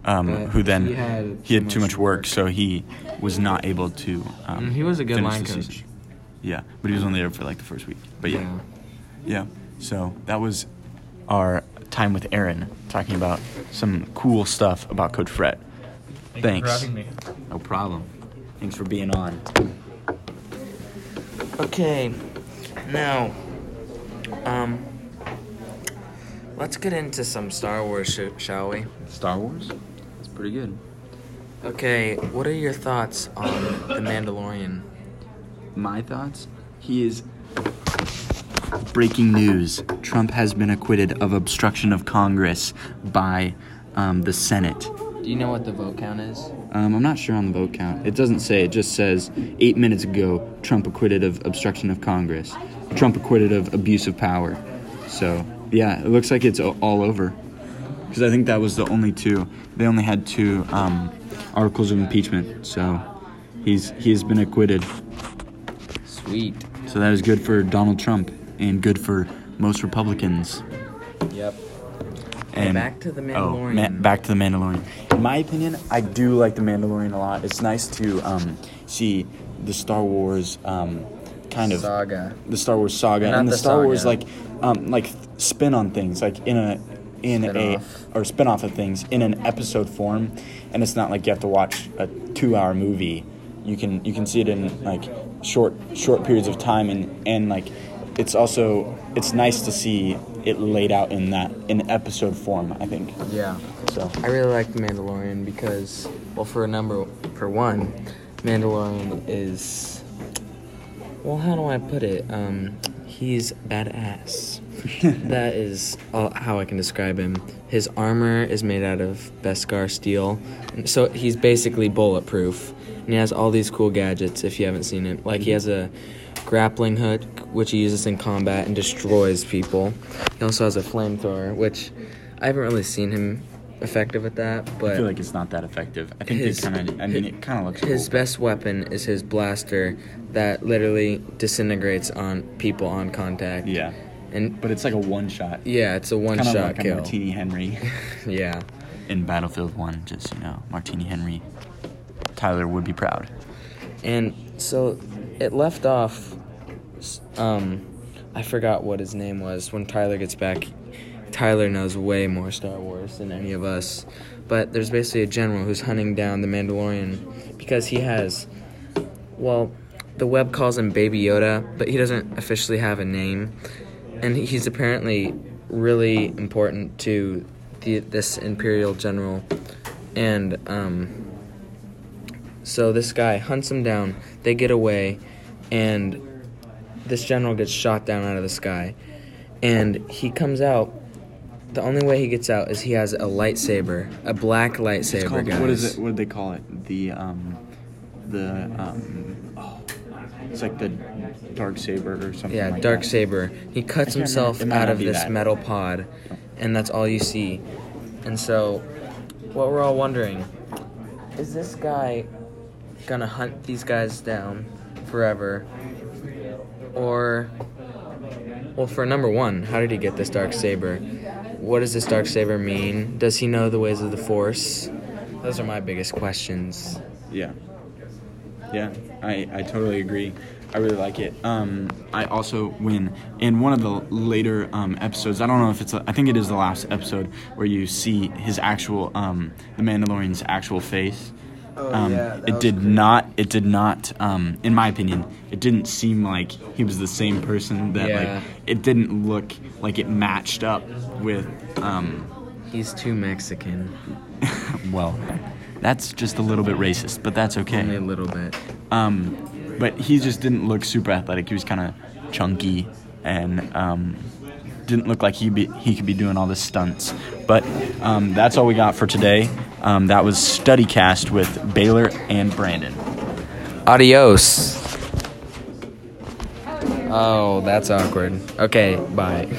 [SPEAKER 4] um,
[SPEAKER 3] But
[SPEAKER 4] who then
[SPEAKER 3] he had
[SPEAKER 4] he had
[SPEAKER 3] too
[SPEAKER 4] too
[SPEAKER 3] much
[SPEAKER 4] much work, so he was not able to. Um,
[SPEAKER 3] Mm, he was a good
[SPEAKER 4] finish
[SPEAKER 3] line
[SPEAKER 4] the
[SPEAKER 3] coach.
[SPEAKER 4] season. Yeah, but he was only there for like the first week. But yeah, yeah. So that was our time with Aaron talking about some cool stuff about Coach Fred. Thanks. No problem. Thanks for being on.
[SPEAKER 3] Okay, now, um, let's get into some Star Wars, sh- shall we?
[SPEAKER 4] Star Wars. It's pretty good.
[SPEAKER 3] Okay, what are your thoughts on The Mandalorian?
[SPEAKER 4] my thoughts. He is. Breaking news Trump has been acquitted of obstruction of Congress by um, the Senate.
[SPEAKER 3] Do you know what the vote count is?
[SPEAKER 4] Um, I'm not sure on the vote count. It doesn't say, it just says eight minutes ago, Trump acquitted of obstruction of Congress, Trump acquitted of abuse of power. So, yeah, it looks like it's a- all over. Because I think that was the only two. They only had two um, articles of impeachment. So, he's he has been acquitted.
[SPEAKER 3] Sweet.
[SPEAKER 4] So that is good for Donald Trump and good for most Republicans.
[SPEAKER 3] Yep.
[SPEAKER 4] And
[SPEAKER 3] back to the
[SPEAKER 4] oh,
[SPEAKER 3] Mandalorian.
[SPEAKER 4] ma- back to the Mandalorian. In my opinion, I do like the Mandalorian a lot. It's nice to um, see the Star Wars um, kind of
[SPEAKER 3] Saga.
[SPEAKER 4] the Star Wars saga
[SPEAKER 3] Not
[SPEAKER 4] and the,
[SPEAKER 3] the
[SPEAKER 4] Star Wars
[SPEAKER 3] saga.
[SPEAKER 4] like um, like spin on things like in a in
[SPEAKER 3] Spin-off.
[SPEAKER 4] a or spin off of things in an episode form, and it's not like you have to watch a two hour movie. You can you can see it in like short short periods of time and and like it's also it's nice to see it laid out in that in episode form. I think
[SPEAKER 3] Yeah.
[SPEAKER 4] so.
[SPEAKER 3] I really like The Mandalorian because, well, for a number, for one, Mandalorian is, well, how do I put it? Um, he's badass. that is all, how I can describe him. His armor is made out of Beskar steel, so he's basically bulletproof. And he has all these cool gadgets. If you haven't seen it, like he has a grappling hook, which he uses in combat and destroys people. He also has a flamethrower, which I haven't really seen him effective at that, but
[SPEAKER 4] I feel like it's not that effective. I think
[SPEAKER 3] his-
[SPEAKER 4] it kind of. I mean, it kind of looks.
[SPEAKER 3] his
[SPEAKER 4] cool.
[SPEAKER 3] best weapon is his blaster that literally disintegrates on people on contact.
[SPEAKER 4] Yeah,
[SPEAKER 3] And
[SPEAKER 4] but it's like a one shot.
[SPEAKER 3] yeah, it's a one
[SPEAKER 4] Kind of
[SPEAKER 3] shot
[SPEAKER 4] like a
[SPEAKER 3] kill.
[SPEAKER 4] Martini Henry.
[SPEAKER 3] Yeah.
[SPEAKER 4] in Battlefield 1, just, you know, Martini Henry. Tyler would be proud.
[SPEAKER 3] And so it left off s- um I forgot what his name was. When Tyler gets back, Tyler knows way more Star Wars than any of us. But there's basically a general who's hunting down the Mandalorian because he has well, the web calls him Baby Yoda, but he doesn't officially have a name. And he's apparently really important to the, this Imperial general. And um, so this guy hunts him down. They get away, and this general gets shot down out of the sky. And he comes out. The only way he gets out is he has a lightsaber, a black lightsaber. guys.
[SPEAKER 4] What do they call it? The, um, the um, oh, it's like the dark saber or something.
[SPEAKER 3] Yeah,
[SPEAKER 4] like
[SPEAKER 3] Dark
[SPEAKER 4] that.
[SPEAKER 3] Saber. He cuts
[SPEAKER 4] can't remember.
[SPEAKER 3] himself
[SPEAKER 4] It might
[SPEAKER 3] out
[SPEAKER 4] not
[SPEAKER 3] of
[SPEAKER 4] be
[SPEAKER 3] this
[SPEAKER 4] that.
[SPEAKER 3] metal pod, and that's all you see. And so, what we're all wondering is this guy gonna hunt these guys down forever? Or, well, for number one, how did he get this Dark Saber? What does this Dark Saber mean? Does he know the ways of the Force? Those are my biggest questions.
[SPEAKER 4] Yeah. Yeah, I, I totally agree. I really like it. Um, I also, when in one of the later um, episodes, I don't know if it's, a, I think it is the last episode where you see his actual, um, the Mandalorian's actual face.
[SPEAKER 6] Oh,
[SPEAKER 4] um,
[SPEAKER 6] yeah, that
[SPEAKER 4] it
[SPEAKER 6] was
[SPEAKER 4] did
[SPEAKER 6] creepy.
[SPEAKER 4] not. It did not. Um, in my opinion, it didn't seem like he was the same person. That
[SPEAKER 3] Yeah.
[SPEAKER 4] like it didn't look like it matched up with. Um,
[SPEAKER 3] He's too Mexican,
[SPEAKER 4] well, that's just a little bit racist, but that's okay.
[SPEAKER 3] only a little bit.
[SPEAKER 4] Um, but he just didn't look super athletic. He was kind of chunky and um, didn't look like he be, he could be doing all the stunts. But um, that's all we got for today. Um, that was StudyCast with Baylor and Brandon.
[SPEAKER 3] Adios. Oh, that's awkward. Okay, bye.